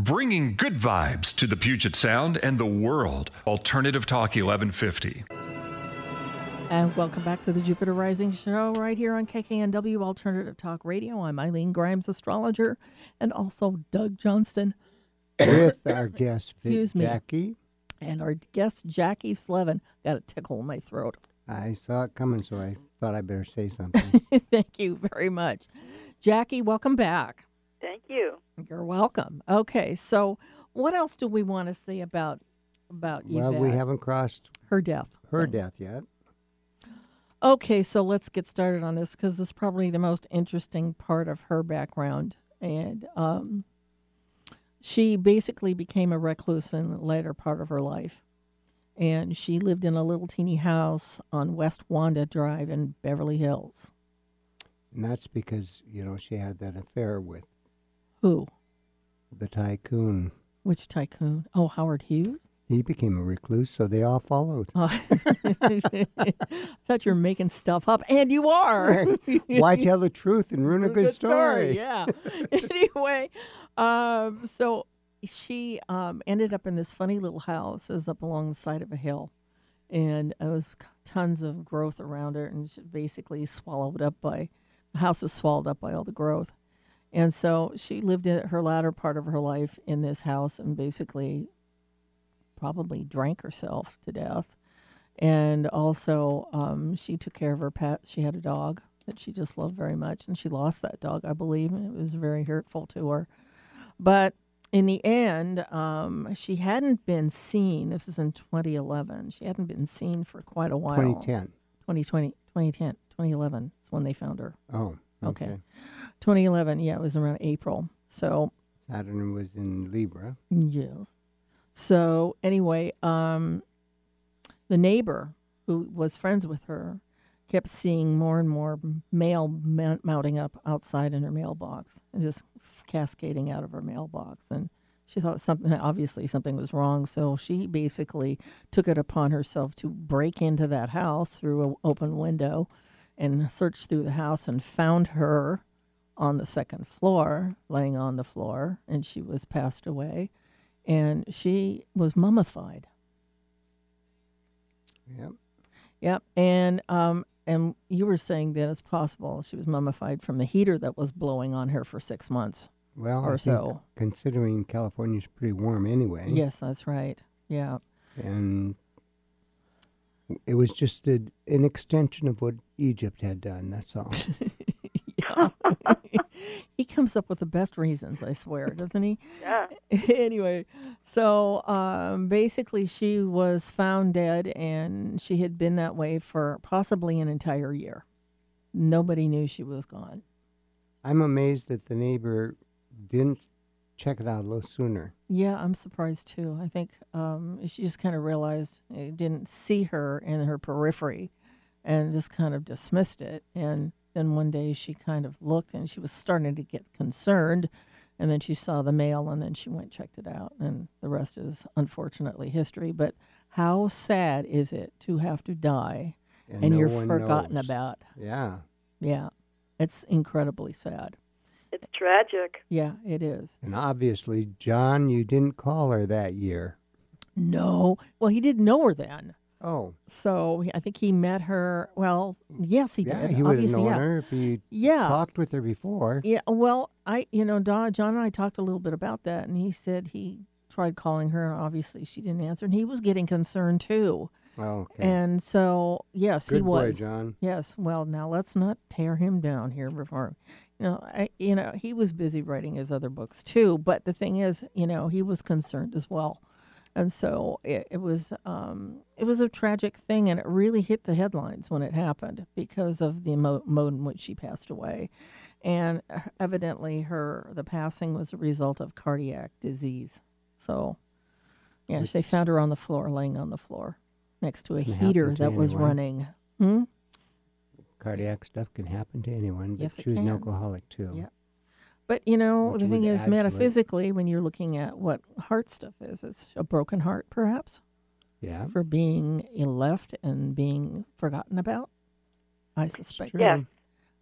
S3: Bringing good vibes to the Puget Sound and the world. Alternative Talk 1150.
S1: And welcome back to the Jupiter Rising Show right here on KKNW Alternative Talk Radio. I'm Eileen Grimes, astrologer, and also Doug Johnston
S2: with our guest,
S1: Excuse me.
S2: Jackie.
S1: and our guest Jackie Slevin. Got a tickle in my throat. *laughs*
S2: I saw it coming, so I thought I better say something.
S1: Thank you very much. Jackie, welcome back.
S4: Thank you.
S1: You're welcome. Okay, so what else do we want to say about about
S2: well,
S1: Yvette?
S2: we haven't crossed
S1: her death.
S2: her
S1: thing?
S2: death yet.
S1: Okay, so let's get started on this because it's probably the most interesting part of her background. And um, she basically became a recluse in the later part of her life. And she lived in a little teeny house on West Wanda Drive in Beverly Hills.
S2: And that's because, you know, she had that affair with
S1: Who?
S2: the tycoon.
S1: Which tycoon? Oh, Howard Hughes? *laughs*
S2: He became a recluse, so they all followed.
S1: Oh. I thought you were making stuff up, and you are.
S2: Why tell the truth and ruin a good story?
S1: Yeah. *laughs* anyway, um, so she um, ended up in this funny little house that was up along the side of a hill, and there was tons of growth around her, and she basically swallowed up by the house was swallowed up by all the growth. And so she lived in her latter part of her life in this house and basically probably drank herself to death. And also, um, she took care of her pet. She had a dog that she just loved very much, and she lost that dog, I believe, and it was very hurtful to her. But in the end, um, she hadn't been seen. This is in 2011. She hadn't been seen for quite a while.
S2: 2010.
S1: 2020, 2010, 2011 is when they found her.
S2: Oh,
S1: Okay.
S2: okay.
S1: 2011, yeah, it was around April. So,
S2: Saturn was in Libra.
S1: yes. So, anyway, um, the neighbor who was friends with her kept seeing more and more mail mount- mounting up outside in her mailbox and just cascading out of her mailbox. And she thought something, obviously, something was wrong. So, she basically took it upon herself to break into that house through an open window and searched through the house and found her on the second floor, laying on the floor, and she was passed away. And she was mummified.
S2: Yep.
S1: Yep. And um, and you were saying that it's possible she was mummified from the heater that was blowing on her for six months.
S2: Well,
S1: Or
S2: I think
S1: so.
S2: considering California's pretty warm anyway.
S1: Yes, that's right. Yeah.
S2: And it was just a, an extension of what Egypt had done. That's
S1: *laughs*
S2: all.
S1: yeah. he comes up with the best reasons, I swear, doesn't he?
S4: Yeah.
S1: *laughs* anyway, so um, basically, she was found dead, and she had been that way for possibly an entire year. Nobody knew she was gone.
S2: I'm amazed that the neighbor didn't check it out a little sooner.
S1: Yeah, I'm surprised too. I think um, she just kind of realized it didn't see her in her periphery, and just kind of dismissed it. And then one day she kind of looked, and she was starting to get concerned. And then she saw the mail, and then she went and checked it out, and the rest is unfortunately history. But how sad is it to have to die and,
S2: no
S1: you're
S2: one
S1: forgotten
S2: knows.
S1: about?
S2: Yeah.
S1: Yeah. It's incredibly sad.
S4: It's tragic.
S1: Yeah, it is.
S2: And obviously, John, you didn't call her that year.
S1: No. Well, he didn't know her then.
S2: Oh,
S1: So he- I think he met her. Well, yes, he
S2: yeah,
S1: did.
S2: he would have
S1: obviously,
S2: known
S1: yeah.
S2: her if he
S1: Yeah.
S2: talked with her before.
S1: Yeah, well, I you know, Don, John and I talked a little bit about that, and he said he tried calling her, and obviously she didn't answer, and he was getting concerned too.
S2: Oh, okay.
S1: And so, yes, he
S2: Good boy,
S1: was.
S2: John.
S1: Yes. Well, now let's not tear him down here before, you know, I, you know, he was busy writing his other books too. But the thing is, you know, he was concerned as well, and so it, it was, um, it was a tragic thing, and it really hit the headlines when it happened because of the mo- mode in which she passed away, and uh, evidently her the passing was a result of cardiac disease. So, yes, they found her on the floor, laying on the floor, next to a
S2: Can happen
S1: heater
S2: to
S1: that was
S2: anyone.
S1: running. Hmm?
S2: Cardiac stuff can happen to anyone, but
S1: Yes, it
S2: she was an
S1: can.
S2: alcoholic too.
S1: Yeah. But you know,
S2: What
S1: the
S2: you
S1: thing
S2: would
S1: is,
S2: add to it.
S1: metaphysically, when you're looking at what heart stuff is, it's a broken heart, perhaps,
S2: Yeah,
S1: for being left and being forgotten about. I suspect.
S2: true.
S4: Yes.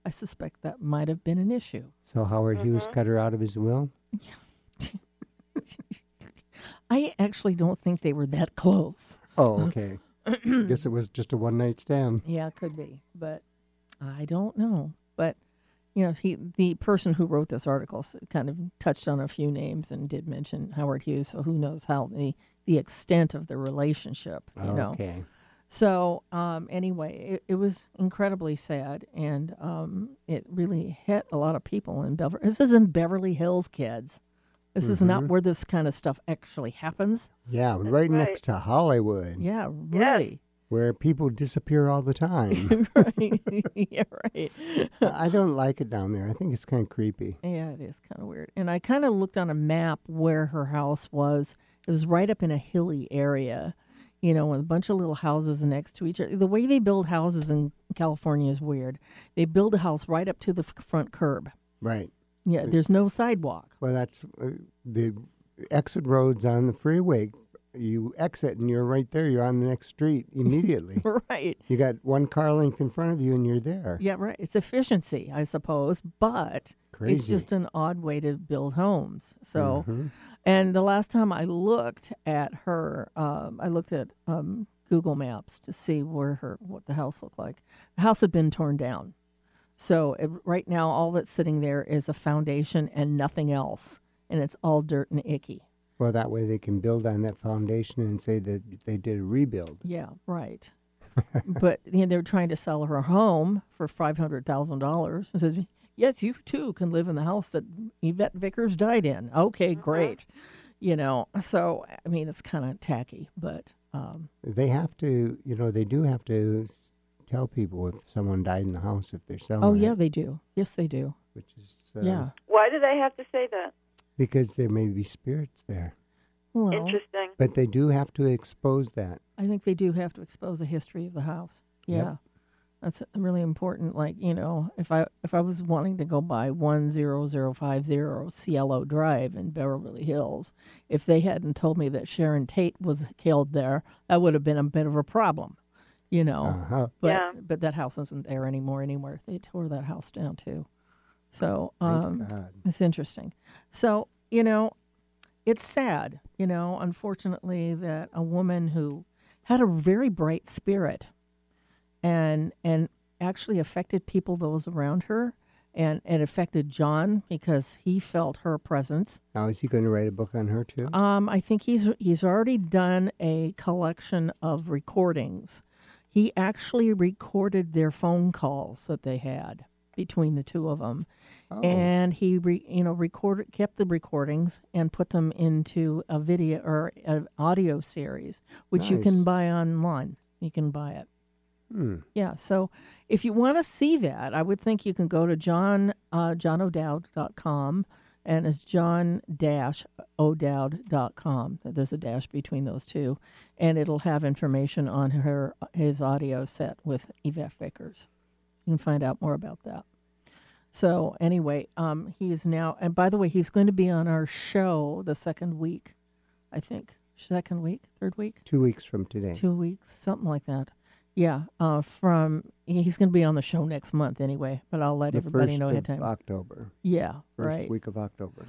S1: I suspect that might have been an issue.
S2: So Howard Hughes cut her out of his will.
S1: I actually don't think they were that *laughs* close.
S2: Oh, *laughs* okay. Guess it was just a one night stand.
S1: Yeah, could be, but I don't know. But you know, he the person who wrote this article s- kind of touched on a few names and did mention Howard Hughes. So who knows how the the extent of the relationship? You know.
S2: Oh, Okay.
S1: So um, anyway, it, it was incredibly sad, and um, it really hit a lot of people in Beverly. This is in Beverly Hills, kids. This is not where this kind of stuff actually happens.
S2: Yeah, right, next
S4: right.
S2: to Hollywood,
S1: Yeah, really. *laughs*
S2: where people disappear all the time.
S1: right. *laughs* yeah, right.
S2: I don't like it down there. I think it's kind of creepy.
S1: Yeah, it is kind of weird. And I kind of looked on a map where her house was. It was right up in a hilly area, you know, with a bunch of little houses next to each other. The way they build houses in California is weird. They build a house right up to the f- front curb.
S2: Right.
S1: Yeah, there's no sidewalk. *laughs*
S2: Well, that's uh, the exit roads on the freeway. You exit and you're right there. You're on the
S1: *laughs*
S2: next street immediately.
S1: Right.
S2: you got one car length in front of you and you're there.
S1: Yeah, right. It's efficiency, I suppose, but it's
S2: Crazy. Mm-hmm.
S1: just an odd way to build homes. So, and the last time I looked at her, um, I looked at um, Google Maps to see where her what the house looked like. The house had been torn down, so it, right now all that's sitting there is a foundation and nothing else, and it's all dirt and icky.
S2: Well, that way they can build on that foundation and say that they did a rebuild.
S1: Yeah, right. *laughs* but you know, they were trying to sell her a home for five hundred thousand dollars. And says, "Yes, you too can live in the house that Yvette Vickers died in." Okay, great. You know, so I mean, it's kind of tacky, but um,
S2: They have to, you know, they do have to s- tell people if someone died in the house if they're selling.
S1: oh yeah,
S2: it,
S1: they do. Yes, they do.
S2: which is uh,
S1: yeah.
S4: Why do they have to say that?
S2: because there may be spirits there,
S1: Well,
S4: Interesting.
S2: but they do have to expose that.
S1: I think they do have to expose the history of the house. Yeah.
S2: Yep.
S1: That's really important. Like, you know, if I if I was wanting to go buy one zero zero five zero Cielo Drive in Beverly Hills, if they hadn't told me that Sharon Tate was killed there, that would have been a bit of a problem. You know.
S2: Uh-huh.
S1: But
S4: Yeah.
S1: but that house isn't there anymore anywhere. They tore that house down too. So
S2: Thank
S1: um
S2: God.
S1: it's interesting. So, you know, it's sad, you know, unfortunately, that a woman who had a very bright spirit and and actually affected people those around her and it affected John because he felt her presence.
S2: Now is he going to write a book on her too?
S1: Um, I think he's he's already done a collection of recordings. He actually recorded their phone calls that they had between the two of them, and he re, you know recorded kept the recordings and put them into a video or an audio series, which you can
S2: Nice.
S1: buy online. You can buy it.
S2: Hmm.
S1: Yeah. So if you want to see that, I would think you can go to John uh, johnodow.com and it's john dash o'dowd.com there's a dash between those two and it'll have information on her his audio set with yvette vickers you can find out more about that so anyway um, he is now and by the way he's going to be on our show the second week i think second week third week
S2: Two weeks from today.
S1: two weeks, something like that. Yeah, uh, from he's going to be on the show next month anyway, but I'll let
S2: the
S1: everybody
S2: first
S1: know ahead of
S2: of
S1: time.
S2: October,
S1: yeah,
S2: first
S1: right.
S2: week of October.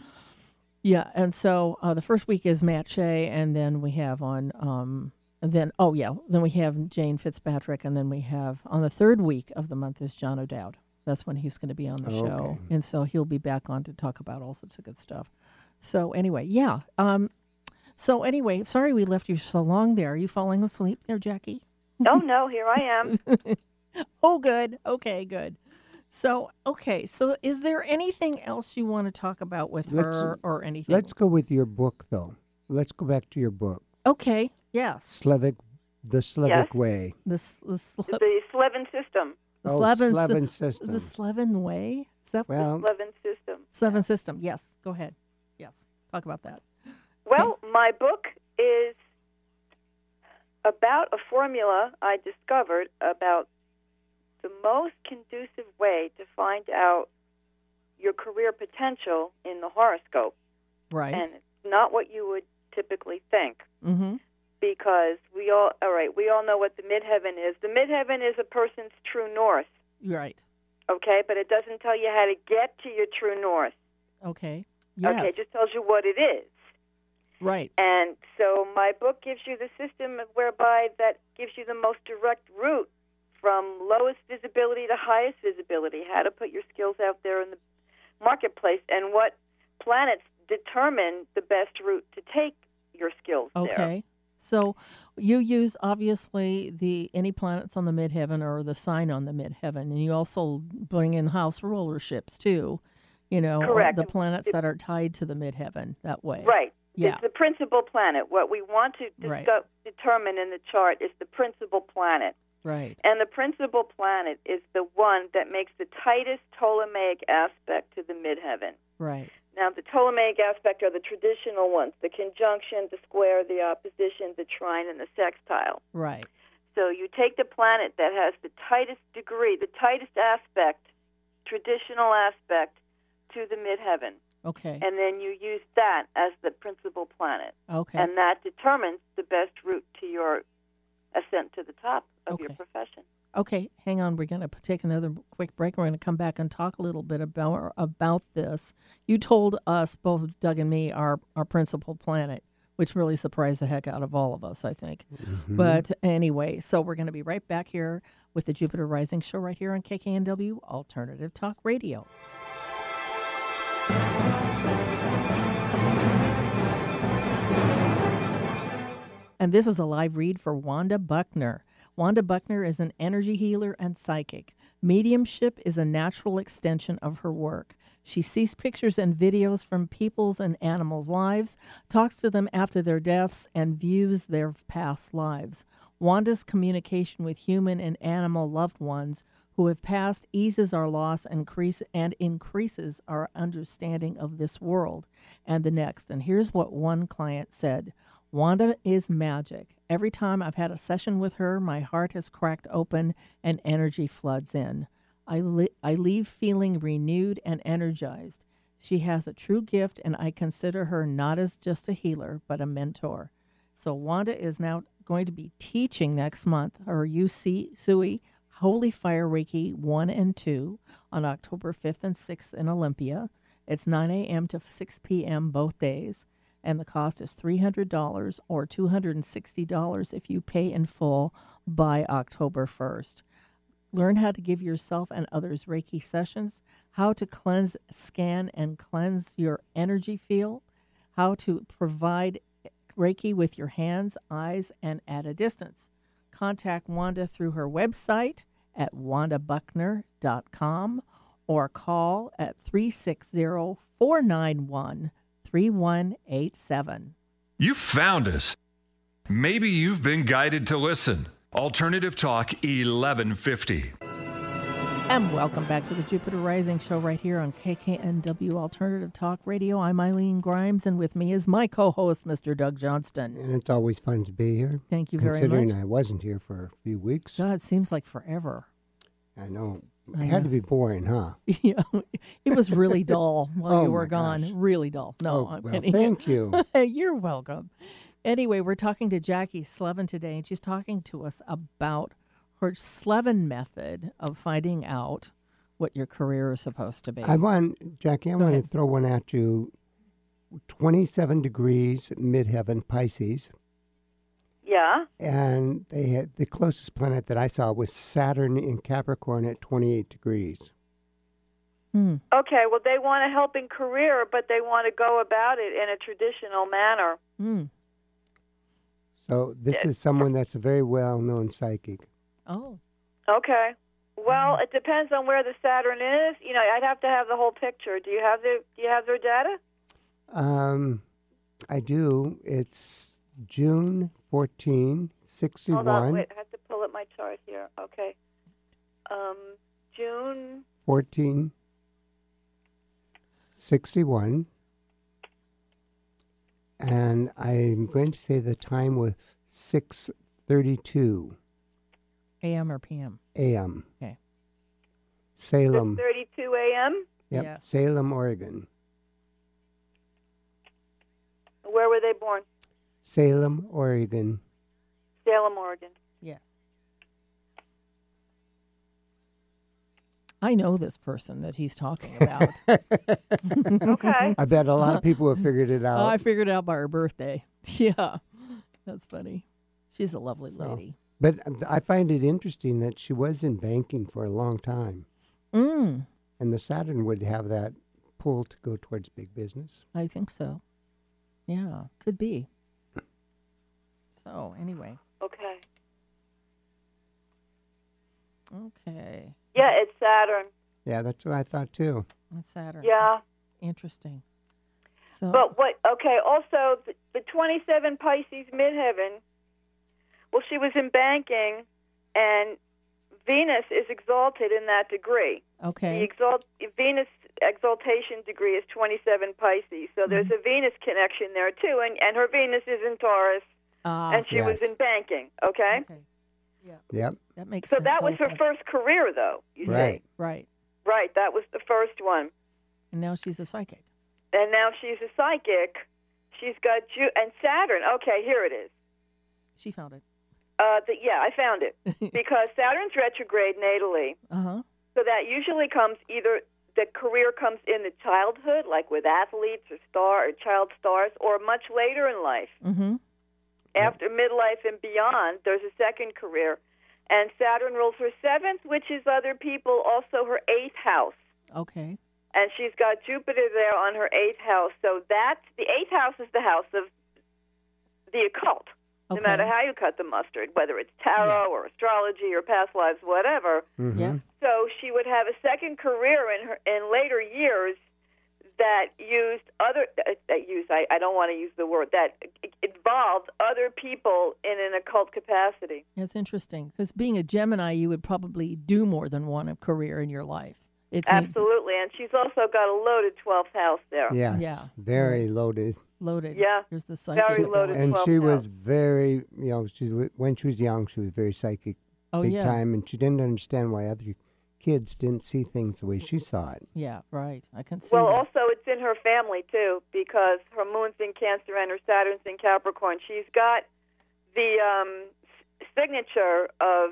S1: Yeah, and so uh, the first week is Matt Shea, and then we have on, um, and then oh yeah, then we have Jane Fitzpatrick, and then we have on the third week of the month is John O'Dowd. That's when he's going to be on the show,
S2: Okay.
S1: and so he'll be back on to talk about all sorts of good stuff. So anyway, yeah. Um, so anyway, sorry we left you so long there. Are you falling asleep there, Jackie?
S4: oh no, here
S2: *laughs*
S4: I am.
S1: Oh, good. Okay, good. So okay, so is there anything else you want to talk about with
S2: Let's-
S1: her or anything?
S2: Let's go with your book, though. Let's go back to your book,
S1: Okay. Yes.
S2: Slavic, the Slavic way.
S1: The s- the, Sle-
S4: The Slevin system.
S1: the
S2: Oh,
S1: Slevin,
S2: Slevin
S1: sy-
S2: system.
S1: The Slevin way. Is that what-
S2: Well,
S4: Slevin system.
S1: Slevin system? Yes. Go ahead. Yes. Talk about that.
S4: Well, my book is about a formula I discovered about the most conducive way to find out your career potential in the horoscope.
S1: Right.
S4: And it's not what you would typically think
S1: mm-hmm.
S4: because we all, all right, we all know what the midheaven is. The midheaven is a person's true north,
S1: You're right.
S4: okay? But it doesn't tell you how to get to your true north.
S1: Okay. Yes.
S4: Okay, it just tells you what it is.
S1: right.
S4: And so my book gives you the system whereby that gives you the most direct route from lowest visibility to highest visibility, how to put your skills out there in the marketplace, and what planets determine the best route to take your skills there.
S1: Okay. So you use obviously the any planets on the midheaven or the sign on the midheaven, and you also bring in house rulerships too. You know, or
S4: Correct.
S1: the planets that are tied to the midheaven that way.
S4: Right.
S1: Yeah.
S4: It's the principal planet. What we want to
S1: Right.
S4: disco- determine in the chart is the principal planet.
S1: Right.
S4: And the principal planet is the one that makes the tightest Ptolemaic aspect to the midheaven.
S1: Right.
S4: Now, the Ptolemaic aspect are the traditional ones the conjunction, the square, the opposition, the trine, and the sextile.
S1: Right.
S4: So you take the planet that has the tightest degree, the tightest aspect, traditional aspect to the midheaven,
S1: Okay.
S4: and then you use that as the principal planet.
S1: okay.
S4: And that determines the best route to your ascent to the top of your
S1: Okay.
S4: profession.
S1: Okay, hang on. We're going to take another quick break. We're going to come back and talk a little bit about about this. You told us both Doug and me our our principal planet, which really surprised the heck out of all of us, I think. But anyway, so we're going to be right back here with the Jupiter Rising show right here on KKNW Alternative Talk Radio. And this is a live read for Wanda Buckner. Wanda Buckner is an energy healer and psychic. Mediumship is a natural extension of her work. She sees pictures and videos from people's and animals' lives, talks to them after their deaths, and views their past lives. Wanda's communication with human and animal loved ones who have passed eases our loss and, increase, and increases our understanding of this world and the next. And here's what one client said Wanda is magic. Every time I've had a session with her, my heart has cracked open and energy floods in. I, li- I leave feeling renewed and energized. She has a true gift, and I consider her not as just a healer, but a mentor. So Wanda is now going to be teaching next month her UC SUI Holy Fire Reiki 1 and 2 on October 5th and 6th in Olympia. It's 9 a.m. to 6 p.m. both days, and the cost is $300 or $260 if you pay in full by October 1st. Learn how to give yourself and others Reiki sessions, how to cleanse, scan, and cleanse your energy field, how to provide Reiki with your hands, eyes, and at a distance. Contact Wanda through her website at wandabuckner.com or call at 360 491 3187.
S3: You found us. Maybe you've been guided to listen. Alternative Talk 1150.
S1: And welcome back to the Jupiter Rising Show right here on KKNW Alternative Talk Radio. I'm Eileen Grimes, and with me is my co host, Mr. Doug Johnston.
S2: And it's always fun to be here.
S1: Thank you very
S2: Considering
S1: much.
S2: I wasn't here for a few weeks,
S1: God, it seems like forever.
S2: I know
S1: I
S2: it had
S1: know.
S2: to be boring, huh?
S1: *laughs* Yeah, it was
S2: *laughs*
S1: really dull while
S2: Oh,
S1: you were
S2: my
S1: gone.
S2: gosh.
S1: Really dull. No,
S2: oh,
S1: I'm
S2: well,
S1: kidding.
S2: thank you.
S1: *laughs* You're welcome. Anyway, we're talking to Jackie Slevin today, and she's talking to us about Horge Slevin method of finding out what your career is supposed to be.
S2: I want, Jackie, I
S1: Go
S2: want
S1: ahead.
S2: to throw one at you. 27 degrees midheaven Pisces.
S4: Yeah.
S2: And they had the closest planet that I saw was Saturn in Capricorn at 28 degrees.
S1: Hmm.
S4: Okay, well, they want a helping career, but they want to go about it in a traditional manner.
S1: Hmm.
S2: So this is someone that's a very well known psychic.
S1: Oh,
S4: Okay.
S1: Mm-hmm.
S4: Well, it depends on where the Saturn is. You know, I'd have to have the whole picture. Do you have the Do you have their data?
S2: Um, I do. It's June 14, 61.
S4: Hold on, wait. I have to pull up my chart here. Okay. Um, June.
S2: 14, 61. And I'm going to say the time was 6.32
S1: a.m. or p.m.
S2: a.m.
S1: Okay.
S2: Salem.
S4: 6:32 a.m.
S2: Yep,
S1: Yeah.
S2: Salem, Oregon.
S4: Where were they born?
S2: Salem, Oregon.
S4: Salem,
S1: *laughs*
S4: Oregon.
S1: Yes. I know this person that he's talking about.
S4: Okay.
S2: I bet a lot of people have figured it out.
S1: Oh, I figured it out by her birthday. *laughs* Yeah, that's funny. She's a lovely
S2: So-
S1: lady.
S2: but I find it interesting that she was in banking for a long time.
S1: Mm,
S2: And the Saturn would have that pull to go towards big business.
S1: I think so. Yeah, could be. So anyway,
S4: okay.
S1: okay,
S4: Yeah, it's Saturn.
S2: Yeah, that's what I thought too.
S1: that's Saturn.
S4: Yeah.
S1: interesting. So,
S4: But what? Okay. Also, the, the 27 Pisces midheaven. Well, she was in banking, and Venus is exalted in that degree. The
S1: okay,
S4: exalt Venus exaltation degree is 27 Pisces, so there's
S1: Mm-hmm.
S4: a Venus connection there too, and and her Venus is in Taurus,
S1: ah,
S4: and she was
S2: yes.
S4: in banking. Okay.
S1: okay,
S2: Yep.
S1: that makes
S4: So
S1: sense.
S4: that was her
S1: sense.
S4: first career, though. You
S2: Right.
S4: see,
S1: right,
S4: right? That was the first one.
S1: and now she's a psychic.
S4: and now she's a psychic. She's got Ju- and Saturn. Okay, here it is.
S1: She found it.
S4: Uh, the, yeah, I found it because Saturn's retrograde natally,
S1: Uh huh.
S4: so that usually comes either the career comes in the childhood, like with athletes or star or child stars, or much later in life,
S1: Mm-hmm.
S4: after midlife and beyond. There's a second career, and Saturn rules her seventh, which is other people, also her eighth house.
S1: Okay.
S4: and she's got Jupiter there on her eighth house. So that's the eighth house is the house of the occult.
S1: Okay.
S4: No matter how you cut the mustard, whether it's tarot or astrology or past lives, whatever.
S2: Mm-hmm.
S1: Yeah.
S4: So she would have a second career in her in later years that used other uh, that used I, I don't want to use the word that involved other people in an occult capacity.
S1: That's interesting because being a Gemini, you would probably do more than one career in your life. It seems
S4: Absolutely, and she's also got a loaded twelfth house there.
S2: Yes.
S1: Yeah.
S2: Very loaded.
S1: loaded.
S4: Yeah.
S1: here's the psychic.
S4: Very loaded.
S2: And
S4: twelfth
S2: she
S4: house.
S2: was very, you know, she wa- when she was young, she was very psychic,
S1: Oh
S2: big
S1: yeah,
S2: time, and she didn't understand why other kids didn't see things the way she saw it.
S1: yeah, right. I can see.
S4: Well,
S1: that.
S4: also it's in her family too because her moon's in Cancer and her Saturn's in Capricorn. She's got the um, s- signature of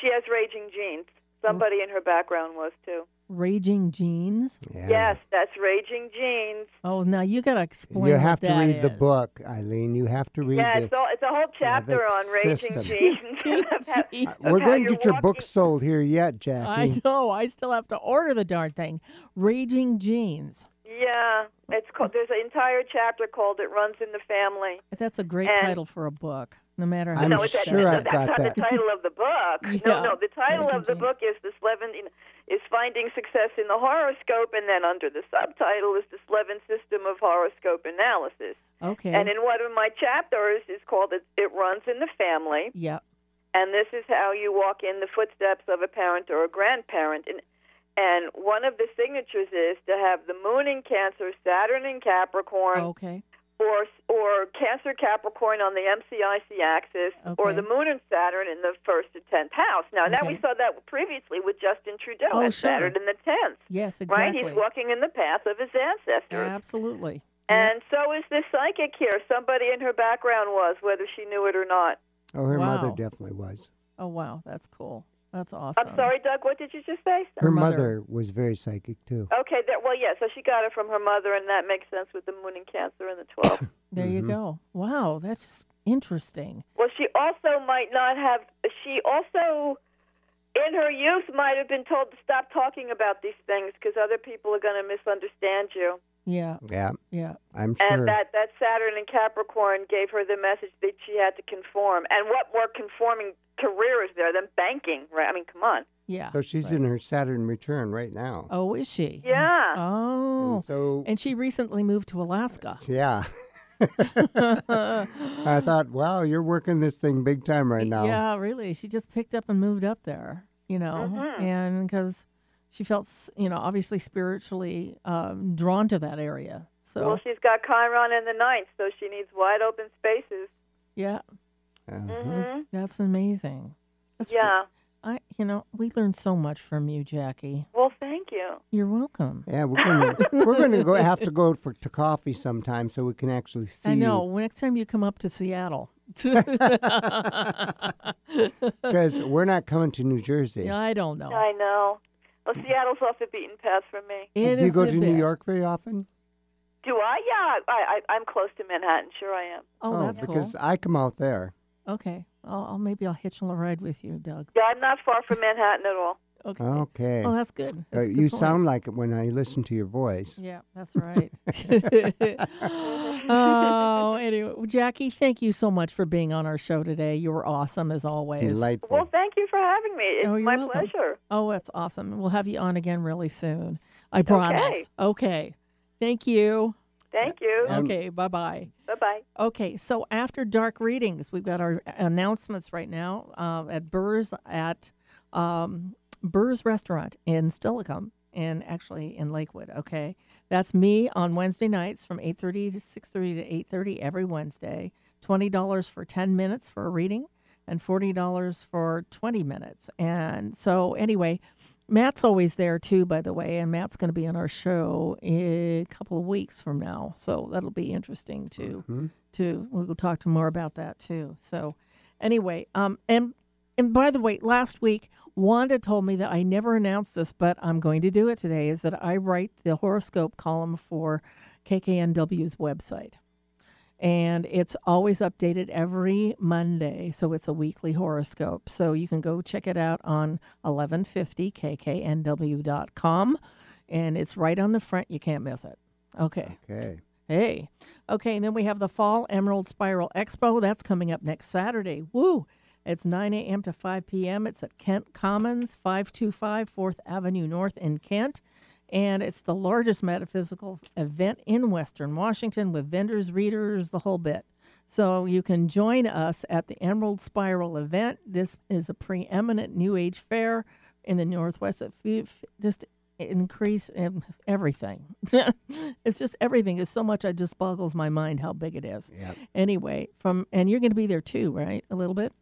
S4: she has raging genes. Somebody in her background was too.
S1: raging genes.
S2: Yeah.
S4: Yes, that's raging genes.
S1: Oh, now you got to explain.
S2: You
S1: what
S2: have to
S1: that
S2: read the
S1: is.
S2: book, Eileen. You have to read
S4: yeah,
S2: the.
S4: it's, all, it's a whole chapter on
S2: system.
S4: raging *laughs* genes. Of how-
S2: Uh,
S4: of
S2: We're
S4: how
S2: going to
S4: you're
S2: get your
S4: walking-
S2: book sold here yet,
S1: I
S2: Jackie.
S1: know. I still have to order the darn thing. Raging genes.
S4: Yeah, it's called. There's an entire chapter called "It Runs in the Family."
S1: That's a great
S4: And-
S1: title for a book, no matter how.
S2: I'm
S4: no, it's that-
S2: sure
S4: no,
S2: I've
S4: that's
S2: got
S4: not
S2: that.
S4: the title of
S2: *laughs*
S4: the book.
S1: Yeah.
S4: No, no, the title
S1: Raging
S4: of the
S1: James.
S4: book is the Slevin is finding success in the horoscope, and then under the subtitle is the Slevin system of horoscope analysis.
S1: Okay.
S4: And in one of my chapters is called it, "It Runs in the Family,"
S1: yeah.
S4: and this is how you walk in the footsteps of a parent or a grandparent. And and one of the signatures is to have the Moon in Cancer, Saturn in Capricorn,
S1: Okay.
S4: or or Cancer Capricorn on the MCIC axis, or
S1: Okay.
S4: the Moon and Saturn in the first to tenth house. Now, now we
S1: Okay.
S4: saw that previously with Justin Trudeau
S1: Oh,
S4: and
S1: sure.
S4: Saturn in the tenth,
S1: Yes.
S4: right?
S1: Exactly.
S4: He's walking in the path of his ancestors.
S1: Absolutely. Yeah.
S4: And so is this psychic here. Somebody in her background was, whether she knew it or not.
S2: Oh, her
S1: Wow.
S2: mother definitely was.
S1: Oh wow, that's cool. That's awesome.
S4: I'm sorry, Doug. What did you just say?
S2: Her,
S1: Her
S2: mother.
S1: mother.
S2: was very psychic too.
S4: Okay, that, well, yeah, so she got it from her mother, and that makes sense with the moon in Cancer and the 12.
S1: There
S2: Mm-hmm.
S1: you go. Wow, that's just interesting.
S4: well, she also might not have, she also, in her youth, might have been told to stop talking about these things because other people are going to misunderstand you.
S1: Yeah,
S2: Yeah,
S1: yeah.
S2: I'm
S4: And
S2: sure.
S4: that, that Saturn and Capricorn gave her the message that she had to conform. And what more conforming career is there than banking, right? I mean, come on.
S1: Yeah.
S2: so she's in her Saturn return right now.
S1: Oh, is she?
S4: Yeah.
S1: Oh.
S2: And so
S1: and she recently moved to Alaska.
S2: yeah. I thought, wow, you're working this thing big time right now.
S1: Yeah, really. She just picked up and moved up there, you know,
S4: Mm-hmm.
S1: and because she felt, s- you know, obviously spiritually um, drawn to that area. So,
S4: Well, she's got Chiron in the ninth, so she needs wide open spaces.
S1: yeah,
S4: Mm-hmm.
S2: Uh-huh.
S1: that's amazing. Mm-hmm. That's
S4: Yeah.
S1: I, you know, we learned so much from you, Jackie.
S4: Well, thank you.
S1: You're welcome.
S2: Yeah, we're gonna we're gonna go have to go for to coffee sometime so we can actually see.
S1: I know. *laughs* Next time you come up to
S2: *laughs*
S1: Seattle,
S2: because we're not coming to New Jersey.
S1: I don't know.
S4: I know. Well, Seattle's off the beaten path for me.
S1: It
S2: Do you
S1: is
S2: go
S1: a
S2: to New
S1: bit-
S2: York very often?
S4: Do I? Yeah, I, I, I'm close to Manhattan. Sure, I am.
S1: Oh, that's
S2: because
S1: cool.
S2: I come out there.
S1: Okay, I'll, I'll maybe I'll hitch a ride with you, Doug.
S4: Yeah, I'm not far from Manhattan at all.
S1: Okay.
S2: Okay.
S1: Oh, that's good.
S2: Uh,
S1: That's a good
S2: you
S1: point.
S2: sound like it when I listen to your voice.
S1: Yeah, that's right. *laughs* oh, anyway, Jackie, thank you so much for being on our show today. You were awesome as always.
S2: Delightful.
S4: Well, thank you for having me. It's
S1: Oh, you're
S4: my
S1: welcome.
S4: pleasure.
S1: Oh, that's awesome. We'll have you on again really soon. I promise. Okay. Thank you.
S4: Thank you.
S2: Um,
S1: okay, bye bye.
S4: bye bye.
S1: Okay, so after dark readings, we've got our announcements right now um, at Burr's at um, Burr's Restaurant in Stillicum and actually in Lakewood. Okay, that's me on Wednesday nights from eight thirty to six thirty to eight thirty every Wednesday. Twenty dollars for ten minutes for a reading, and forty dollars for twenty minutes. And so anyway. Matt's always there too, by the way, and Matt's going to be on our show a couple of weeks from now, so that'll be interesting too. Too, we'll talk to more about that too. So, anyway, um, and and by the way, last week Wanda told me that I never announced this, but I'm going to do it today. Is that I write the horoscope column for KKNW's website and it's always updated every Monday. So it's a weekly horoscope. So you can go check it out on 1150kknw.com, and it's right on the front. You can't miss it. Okay.
S2: okay.
S1: Hey. Okay, and then we have the Fall Emerald Spiral Expo. That's coming up next Saturday. Woo! It's 9 a.m. to 5 p.m. It's at Kent Commons, 525 4th Avenue North in Kent. And it's the largest metaphysical event in Western Washington with vendors, readers, the whole bit. So you can join us at the Emerald Spiral event. This is a preeminent New Age fair in the Northwest. It fe- f- just increase in everything. *laughs* it's just everything. It's so much. It just boggles my mind how big it is. Anyway, from and you're going to be there too, right? A little bit.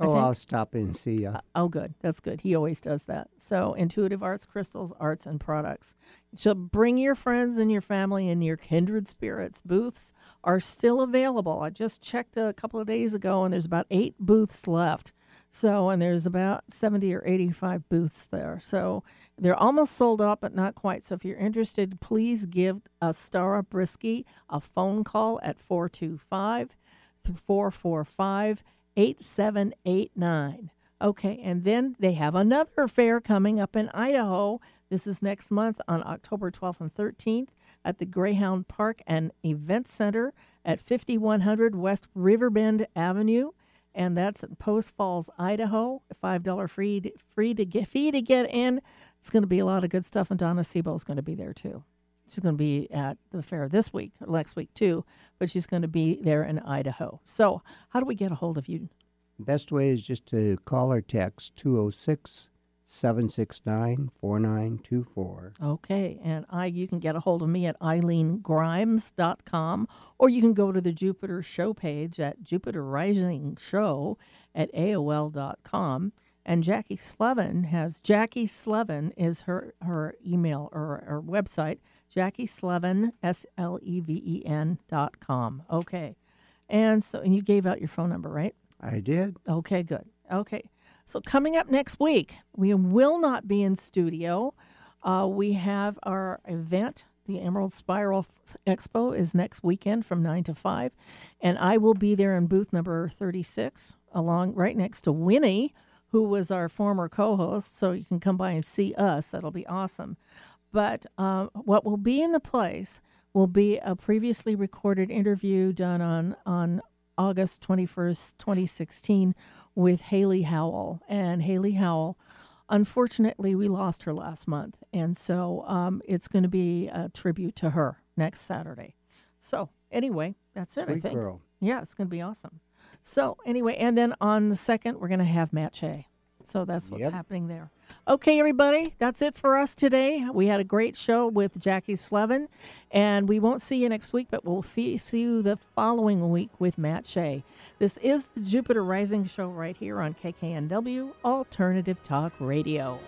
S1: I
S2: Oh,
S1: think-
S2: I'll stop in and see ya.
S1: Oh, good. That's good. He always does that. So, intuitive arts, crystals, arts, and products. So, bring your friends and your family and your kindred spirits. Booths are still available. I just checked a couple of days ago, and there's about eight booths left. So, and there's about 70 or 85 booths there. So, they're almost sold out, but not quite. So, if you're interested, please give Astara Brisky a phone call at 425- 445 8789. Okay, and then they have another fair coming up in Idaho. This is next month on October 12th and 13th at the Greyhound Park and Event Center at 5100 West Riverbend Avenue. And that's in Post Falls, Idaho. $5 free to, free to get, fee to get in. It's going to be a lot of good stuff, and Donna Siebo's going to be there too. She's going to be at the fair this week, or next week too, but she's going to be there in Idaho. So, how do we get a hold of you?
S2: Best way is just to call or text 206 769 4924.
S1: Okay, and I you can get a hold of me at eileengrimes.com or you can go to the Jupiter show page at Jupiter Rising Show at AOL.com. And Jackie Slevin has Jackie Slevin is her her email or, or website, Jackie Slevin S L E V E N dot com. Okay. And so and you gave out your phone number, right?
S2: I did.
S1: Okay, good. Okay. So, coming up next week, we will not be in studio. Uh, we have our event. The Emerald Spiral F- Expo is next weekend from 9 to 5. And I will be there in booth number 36, along right next to Winnie, who was our former co host. So you can come by and see us. That'll be awesome. But um, what will be in the place will be a previously recorded interview done on, on August 21st, 2016, with Haley Howell. And Haley Howell, unfortunately, we lost her last month. And so um, it's going to be a tribute to her next Saturday. So, anyway, that's it, I
S2: Sweet
S1: think.
S2: girl.
S1: Yeah, it's going to be awesome. So, anyway, and then on the second, we're going to have Matt Shea. So that's what's
S2: Yep.
S1: happening there. Okay, everybody, that's it for us today. We had a great show with Jackie Slevin, and we won't see you next week, but we'll fe- see you the following week with Matt Shea. This is the Jupiter Rising Show right here on KKNW Alternative Talk Radio.